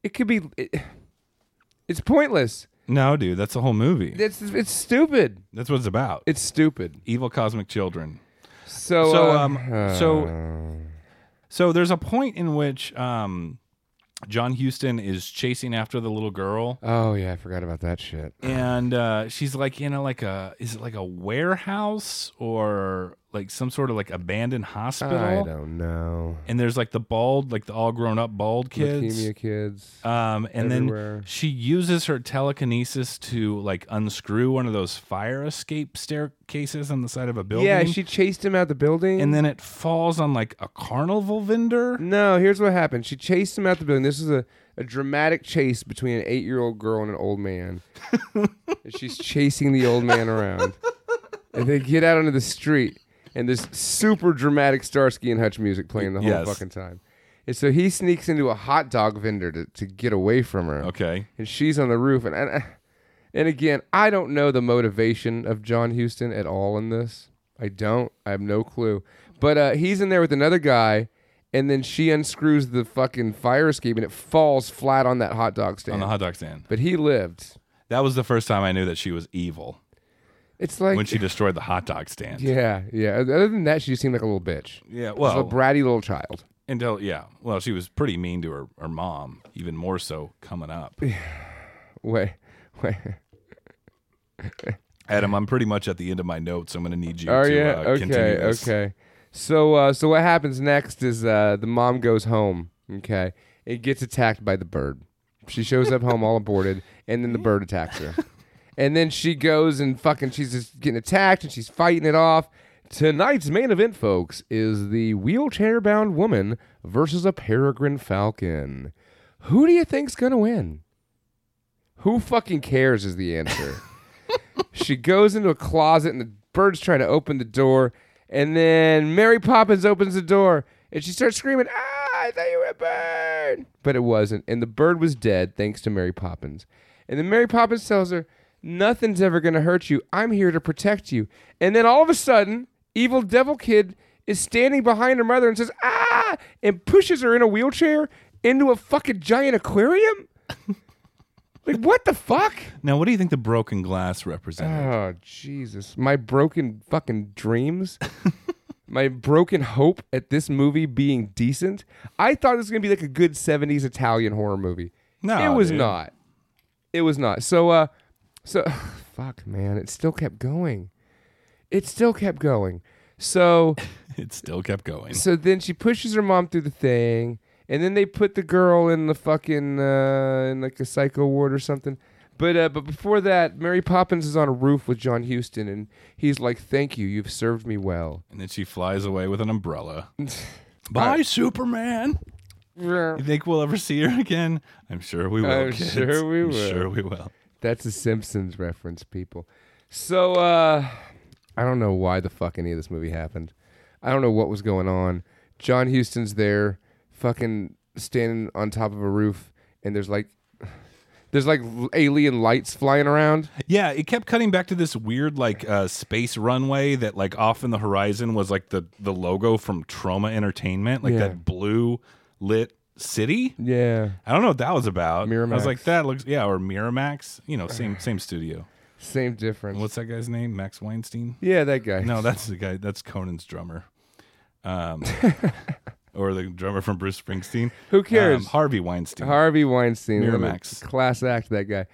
it could be, it- it's pointless.
No, dude, that's the whole movie.
It's it's stupid.
That's what it's about.
It's stupid.
evil cosmic children.
So,
so
uh,
um so so there's a point in which um John Houston is chasing after the little girl
oh yeah, I forgot about that shit.
and uh she's like you know like a is it like a warehouse or like some sort of like abandoned hospital
I don't know.
and there's like the bald like the all grown up bald kids
Leukemia kids.
Um, and
Everywhere.
then she uses her telekinesis to like unscrew one of those fire escape staircases on the side of a building.
yeah, she chased him out the building.
and then it falls on like a carnival vendor.
No, here's what happened. She chased him out the building. This is a, a dramatic chase between an eight year old girl and an old man. and she's chasing the old man around. And they get out onto the street, and there's super dramatic Starsky and Hutch music playing the whole
Yes.
fucking time. And so he sneaks into a hot dog vendor to, to get away from her.
Okay.
And she's on the roof. And, and, and again, I don't know the motivation of John Houston at all in this. I don't. I have no clue. But uh, he's in there with another guy, and then she unscrews the fucking fire escape, and it falls flat on that hot dog stand.
On the hot dog stand.
but he lived.
That was the first time I knew that she was evil
It's like,
when she destroyed the hot dog stand.
yeah, yeah. Other than that, she just seemed like a little bitch.
Yeah,
Just a
well,
bratty little child.
until yeah, well, she was pretty mean to her, her mom, even more so coming up.
Wait, wait.
Adam, I'm pretty much at the end of my notes. I'm going to need you
Oh
to
yeah.
uh,
okay.
continue this.
Okay. So uh, so what happens next is uh, the mom goes home. Okay. It gets attacked by the bird. She shows up home all aborted, and then the bird attacks her. And then she goes and fucking she's just getting attacked and she's fighting it off. Tonight's main event, folks, is the wheelchair bound woman versus a peregrine falcon. Who do you think's gonna win? Who fucking cares is the answer. she goes into a closet and the bird's trying to open the door. And then Mary Poppins opens the door and she starts screaming, Ah, I thought you were a bird. But it wasn't. And the bird was dead thanks to Mary Poppins. And then Mary Poppins tells her, Nothing's ever going to hurt you. I'm here to protect you. And then all of a sudden, evil devil kid is standing behind her mother and says, Ah, and pushes her in a wheelchair into a fucking giant aquarium. like, what the fuck?
Now, what do you think the broken glass represented?
Oh Jesus! My broken fucking dreams, my broken hope at this movie being decent. I thought it was gonna be like a good '70s Italian horror movie.
No,
it was
dude.
not. It was not. So, uh, so fuck, man. It still kept going. It still kept going. So,
It still kept going.
so then she pushes her mom through the thing, and then they put the girl in the fucking uh, in like a psycho ward or something. But uh, but before that, Mary Poppins is on a roof with John Houston, and he's like, "Thank you, you've served me well."
And then she flies away with an umbrella. Bye, Superman. You think we'll ever see her again? I'm sure we will.
I'm
kids.
sure we
I'm
will.
Sure we will.
That's a Simpsons reference, people. So uh, I don't know why the fuck any of this movie happened. I don't know what was going on. John Houston's there, fucking standing on top of a roof, and there's like There's like alien lights flying around.
Yeah, it kept cutting back to this weird like uh, space runway that like off in the horizon was like the the logo from Trauma Entertainment, like
Yeah.
that blue lit city.
Yeah.
I don't know what that was about. I
Miramax.
was like, that looks yeah, or Miramax. You know, same same studio.
Same difference.
What's that guy's name? Max Weinstein?
yeah, that guy.
No, that's the guy. That's Conan's drummer, um, or the drummer from Bruce Springsteen.
Who cares?
Harvey Weinstein.
Harvey Weinstein. what a
Um, Miramax.
Class act, that guy.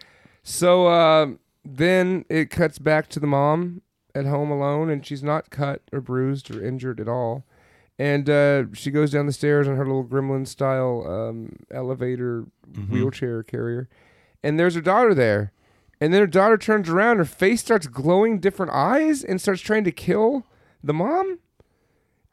So um then it cuts back to the mom at home alone, and she's not cut or bruised or injured at all. And uh, she goes down the stairs on her little gremlin style um, elevator
Mm-hmm.
wheelchair carrier. And there's her daughter there. And then her daughter turns around, her face starts glowing different eyes and starts trying to kill the mom.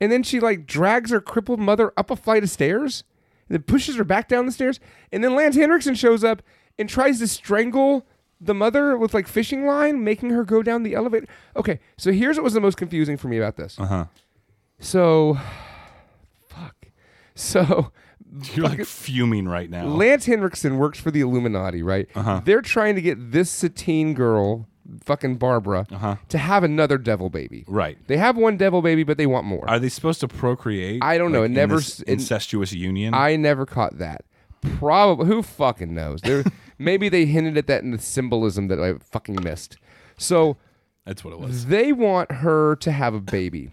And then she like drags her crippled mother up a flight of stairs, and then pushes her back down the stairs. And then Lance Henriksen shows up and tries to strangle the mother with like fishing line, making her go down the elevator. Okay, so here's what was the most confusing for me about this.
Uh huh.
So, fuck. So
You're like fuming right now.
Lance Henriksen works for the Illuminati, right? Uh-huh. They're trying to get this Satine girl, fucking Barbara,
Uh-huh.
to have another devil baby.
right.
They have one devil baby, but they want more.
Are they supposed to procreate?
I don't know. It
in
never
this
s- it-
incestuous union.
I never caught that. Probably who fucking knows? There, maybe they hinted at that in the symbolism that I fucking missed. So
That's what it was.
they want her to have a baby.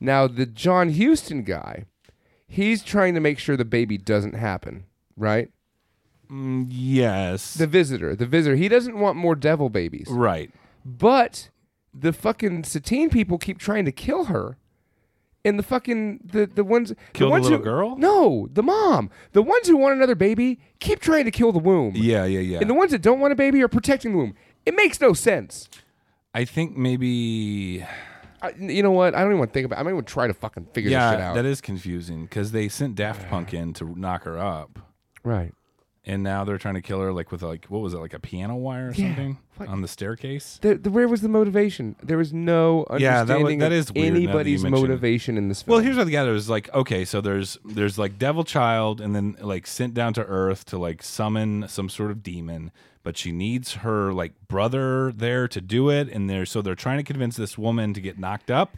Now the John Houston guy, he's trying to make sure the baby doesn't happen, right?
Yes.
Mm, The visitor, the visitor, he doesn't want more devil babies.
right.
But the fucking Satine people keep trying to kill her. And the fucking the the ones
Kill
the
the
ones
little
who-
girl?
No, the mom. The ones who want another baby keep trying to kill the womb.
Yeah. Yeah. Yeah.
And the ones that don't want a baby are protecting the womb. It makes no sense.
I think maybe.
I, you know what? I don't even want to think about. It. I don't even try to fucking figure this
Yeah,
shit out.
that is confusing because they sent Daft Punk in to knock her up,
right.
and now they're trying to kill her like with like what was it like a piano wire or
Yeah,
something
what-
on the staircase.
The, the, where was the motivation? There was no
Yeah, that wa-
understanding
that
of
is weird now that you
anybody's
mention it.
motivation in this film.
Well, here's what I gather is like okay, so there's there's like devil child, and then like sent down to earth to like summon some sort of demon, but she needs her like brother there to do it, and they're so they're trying to convince this woman to get knocked up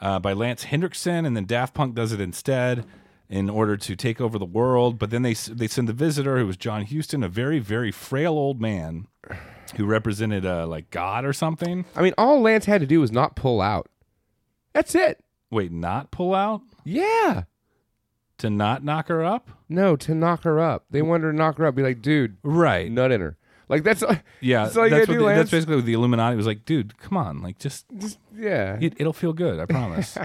uh, by Lance Hendrickson, and then Daft Punk does it instead in order to take over the world. But then they s- they send the visitor, who was John Houston, a very very frail old man who represented uh, like God or something.
I mean, all Lance had to do was not pull out. That's it.
Wait, not pull out
Yeah.
to not knock her up,
No, to knock her up. They wanted her to knock her up. Be like, dude,
right?
nut in her. Like that's
Yeah,
That's all you
that's,
gotta
what
do,
the-
Lance.
that's basically what the Illuminati was like, dude. Come on, like just
Just, yeah, it
it, it'll feel good. I promise.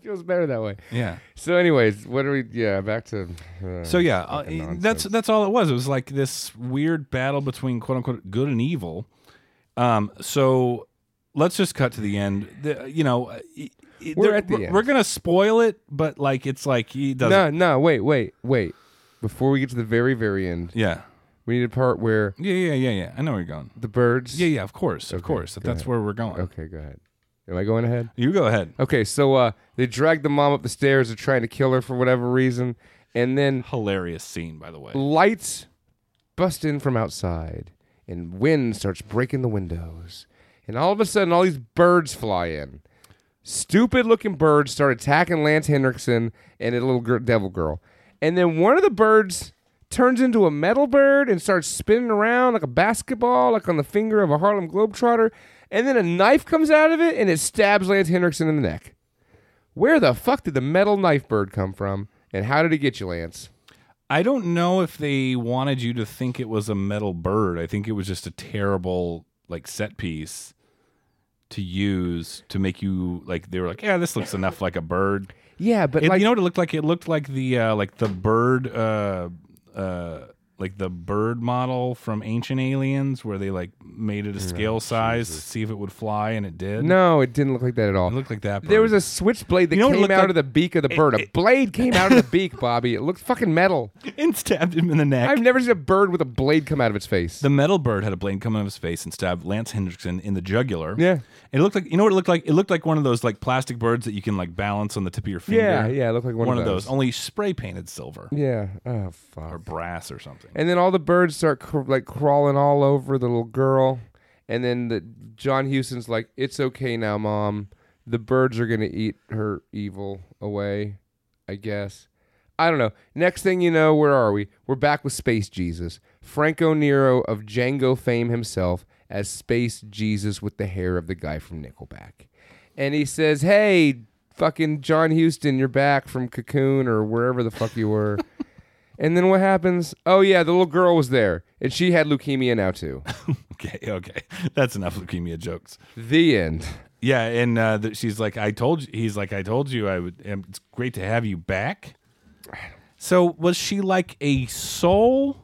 feels better that way.
yeah.
So, anyways, what are we? Yeah, back to. Uh,
So yeah, uh, that's that's all it was. It was like this weird battle between quote unquote good and evil. Um. So let's just cut to the end. The, you know, uh, y- y-
We're
there-
at the
we're,
end.
we're gonna spoil it, but like it's like he doesn't.
no, no, wait, wait, wait. Before we get to the very, very end,
Yeah.
we need a part where
Yeah. Yeah. Yeah. Yeah. I know where you're going.
the birds.
Yeah. Yeah. Of course. Of course. That's where we're going.
Okay, go ahead. Am I going ahead?
You go ahead.
Okay, so uh, they drag the mom up the stairs. They're trying to kill her for whatever reason, and then
Hilarious scene, by the way.
lights bust in from outside, and wind starts breaking the windows. And all of a sudden, all these birds fly in. Stupid looking birds start attacking Lance Hendrickson and a little gir- devil girl. And then one of the birds turns into a metal bird and starts spinning around like a basketball, like on the finger of a Harlem Globetrotter. And then a knife comes out of it and it stabs Lance Hendrickson in the neck. Where the fuck did the metal knife bird come from? And how did it get you, Lance?
I don't know if they wanted you to think it was a metal bird. I think it was just a terrible like set piece to use to make you like they were like, yeah, this looks enough like a bird.
Yeah, but
It-
like
you know what it looked like? It looked like the uh, like the bird uh, uh, like the bird model from Ancient Aliens, where they like made it a scale size to see if it would fly, and it did.
No, it didn't look like that at all.
it looked like that. Bird.
There was a switchblade that
You know what it
came out
looked like?
of the beak of the bird. a blade came out of the beak, Bobby. It looked fucking metal.
and stabbed him in the neck.
I've never seen a bird with a blade come out of its face.
The metal bird had a blade come out of his face and stabbed Lance Hendrickson in the jugular.
Yeah.
And it looked like you know what it looked like? It looked like one of those like plastic birds that you can like balance on the tip of your finger.
Yeah, yeah, it looked like one of
of
those.
those. Only spray painted silver
yeah. Oh
or
fuck.
brass or something.
And then all the birds start cr- like crawling all over the little girl. And then the John Houston's like, "It's okay now, mom. The birds are gonna eat her evil away, I guess." I don't know. Next thing you know, where are we? We're back with Space Jesus, Franco Nero of Django fame himself, as Space Jesus with the hair of the guy from Nickelback, and he says, "Hey, fucking John Houston, you're back from Cocoon or wherever the fuck you were." And then what happens? Oh yeah, the little girl was there, and she had leukemia now too.
Okay, okay, that's enough leukemia jokes.
the end.
Yeah, and uh, th- she's like, "I told you." He's like, "I told you, I would." And it's great to have you back. So was she like a soul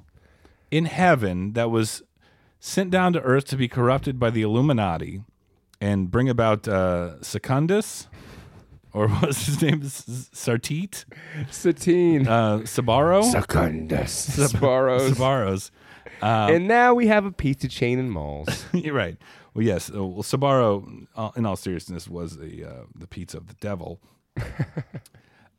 in heaven that was sent down to earth to be corrupted by the Illuminati and bring about uh, Secundus, or was his name S- Sartit
Satine
uh, Sabaro?
Secundus.
Sparrows.
Sabaros.
and now we have a pizza chain in malls.
You're right. Well, yes. uh, Well, Sabaro, uh, in all seriousness, was the uh, the pizza of the devil.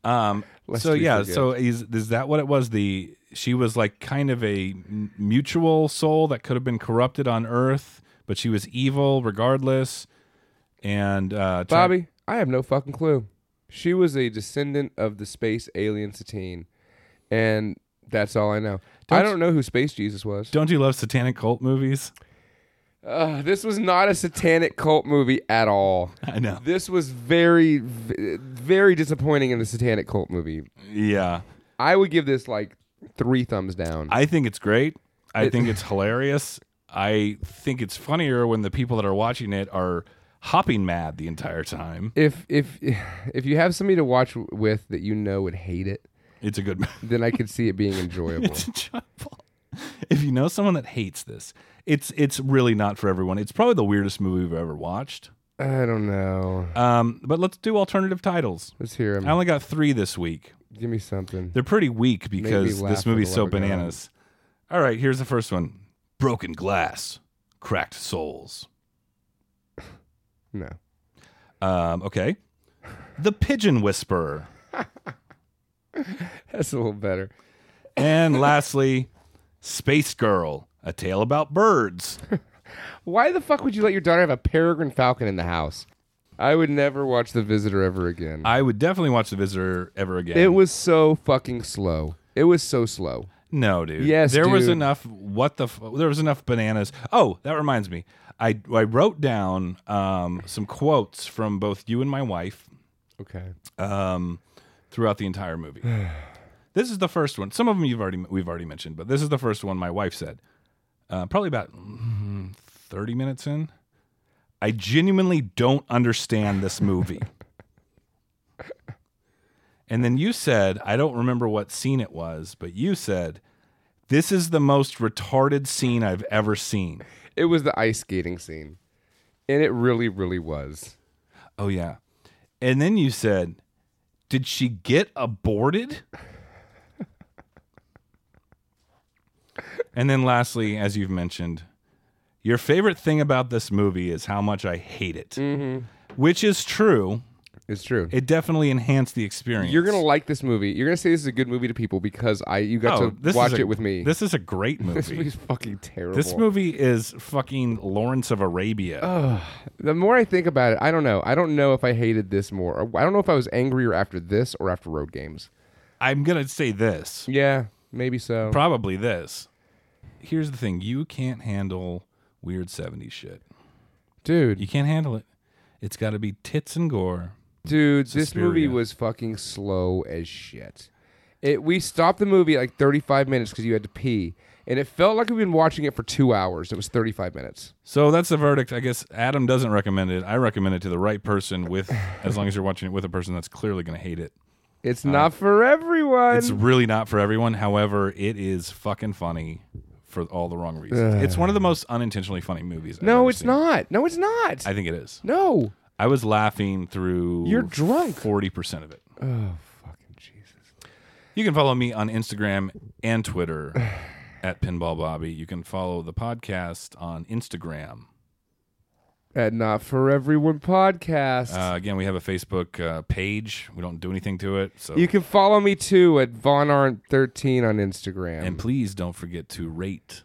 um.
Lest
so
we
yeah.
forget.
So is is that what it was? The she was like kind of a m- mutual soul that could have been corrupted on Earth, but she was evil regardless. And uh, try-
Bobby, I have no fucking clue. She was a descendant of the space alien Satine, and that's all I know. I
Don't-
don't know who Space Jesus was.
don't you love satanic cult movies?
Ugh, this was not a satanic cult movie at all.
I know.
This was very, v- very disappointing in the satanic cult movie.
Yeah.
I would give this like three thumbs down.
I think it's great. I think it's hilarious. I think it's funnier when the people that are watching it are hopping mad the entire time.
if if if you have somebody to watch with that you know would hate it,
It's a good
then I could see it being enjoyable.
it's a enjoyable. If you know someone that hates this, it's it's really not for everyone. It's probably the weirdest movie we've ever watched.
I don't know.
Um, but let's do alternative titles.
Let's hear him.
I only got three this week.
Give me something.
They're pretty weak
Made me
because
laugh
this
when
movie's
the
so
leper got on.
bananas. All right, here's the first one: Broken Glass, Cracked Souls.
No.
Um, okay, The Pigeon Whisperer.
That's a little better.
And lastly, Space Girl, a tale about birds.
Why the fuck would you let your daughter have a peregrine falcon in the house? I would never watch The Visitor ever again.
I would definitely watch The Visitor ever again.
it was so fucking slow. It was so slow.
no, dude.
Yes,
there was
dude.
enough. What the? F- there was enough bananas. Oh, that reminds me. I I wrote down um, some quotes from both you and my wife
Okay.
um, throughout the entire movie. this is the first one. Some of them you've already we've already mentioned, but this is the first one my wife said. Uh, probably about mm, thirty minutes in. I genuinely don't understand this movie. and then you said, I don't remember what scene it was, but you said, "This is the most retarded scene I've ever seen."
It was the ice skating scene. And it really, really was.
Oh yeah. And then you said, "Did she get aborted?" and then lastly, as you've mentioned, your favorite thing about this movie is how much I hate it.
Mm-hmm.
Which is true.
It's true.
It definitely enhanced the experience.
You're gonna like this movie. You're gonna say this is a good movie to people because I you got
Oh,
to
this
watch
is a-
it with me.
This is a great
This
movie.
movie's fucking terrible.
this movie is fucking Lawrence of Arabia.
The more I think about it, I don't know. I don't know if I hated this more. Or- I don't know if I was angrier after this or after Road Games.
I'm gonna say this.
Yeah, maybe so.
Probably this. Here's the thing: you can't handle weird '70s shit. You
dude,
can't handle it. It's got to be tits and gore.
dude, this
Suspiria.
movie was fucking slow as shit. It we stopped the movie at like 35 minutes because you had to pee, and it felt like we've been watching it for two hours. It was 35 minutes.
So that's the verdict. I guess Adam doesn't recommend it. I recommend it to the right person with as long as you're watching it with a person that's clearly going to hate it.
It's not for everyone.
It's really not for everyone. However, it is fucking funny for all the wrong reasons. it's one of the most unintentionally funny movies. I've
no,
ever
it's
seen.
not. No, it's not.
I think it is.
no.
I was laughing through
You're drunk.
40% of it.
Oh fucking Jesus.
You can follow me on Instagram and Twitter at Pinball Bobby. You can follow the podcast on Instagram
at Not For Everyone Podcast.
Uh, again, we have a Facebook uh, page. We don't do anything to it. So
you can follow me too at Von Arndt13 on Instagram.
and please don't forget to rate,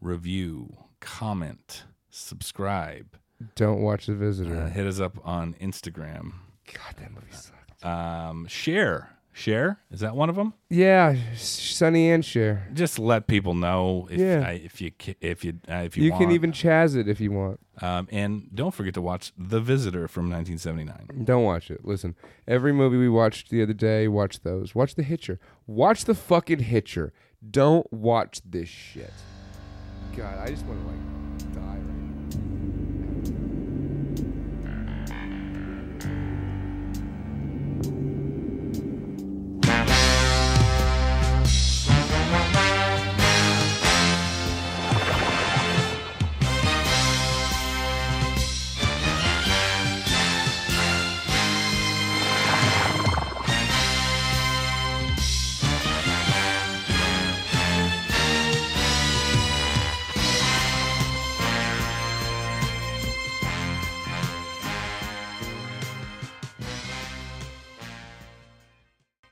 review, comment, subscribe.
Don't watch The
Uh,
Visitor.
hit us up on Instagram.
God, that movie sucked.
Um, share, share. Is that one of them?
Yeah, Sonny and Cher.
Just let people know if
Yeah.
I, if you ca- if you uh, if you,
You, can
want.
even Chaz it if you want.
um, and don't forget to watch The Visitor from 1979.
Don't watch it. Listen, every movie we watched the other day, watch those. Watch The Hitcher. Watch The fucking Hitcher. Don't watch this shit. God, I just want to like.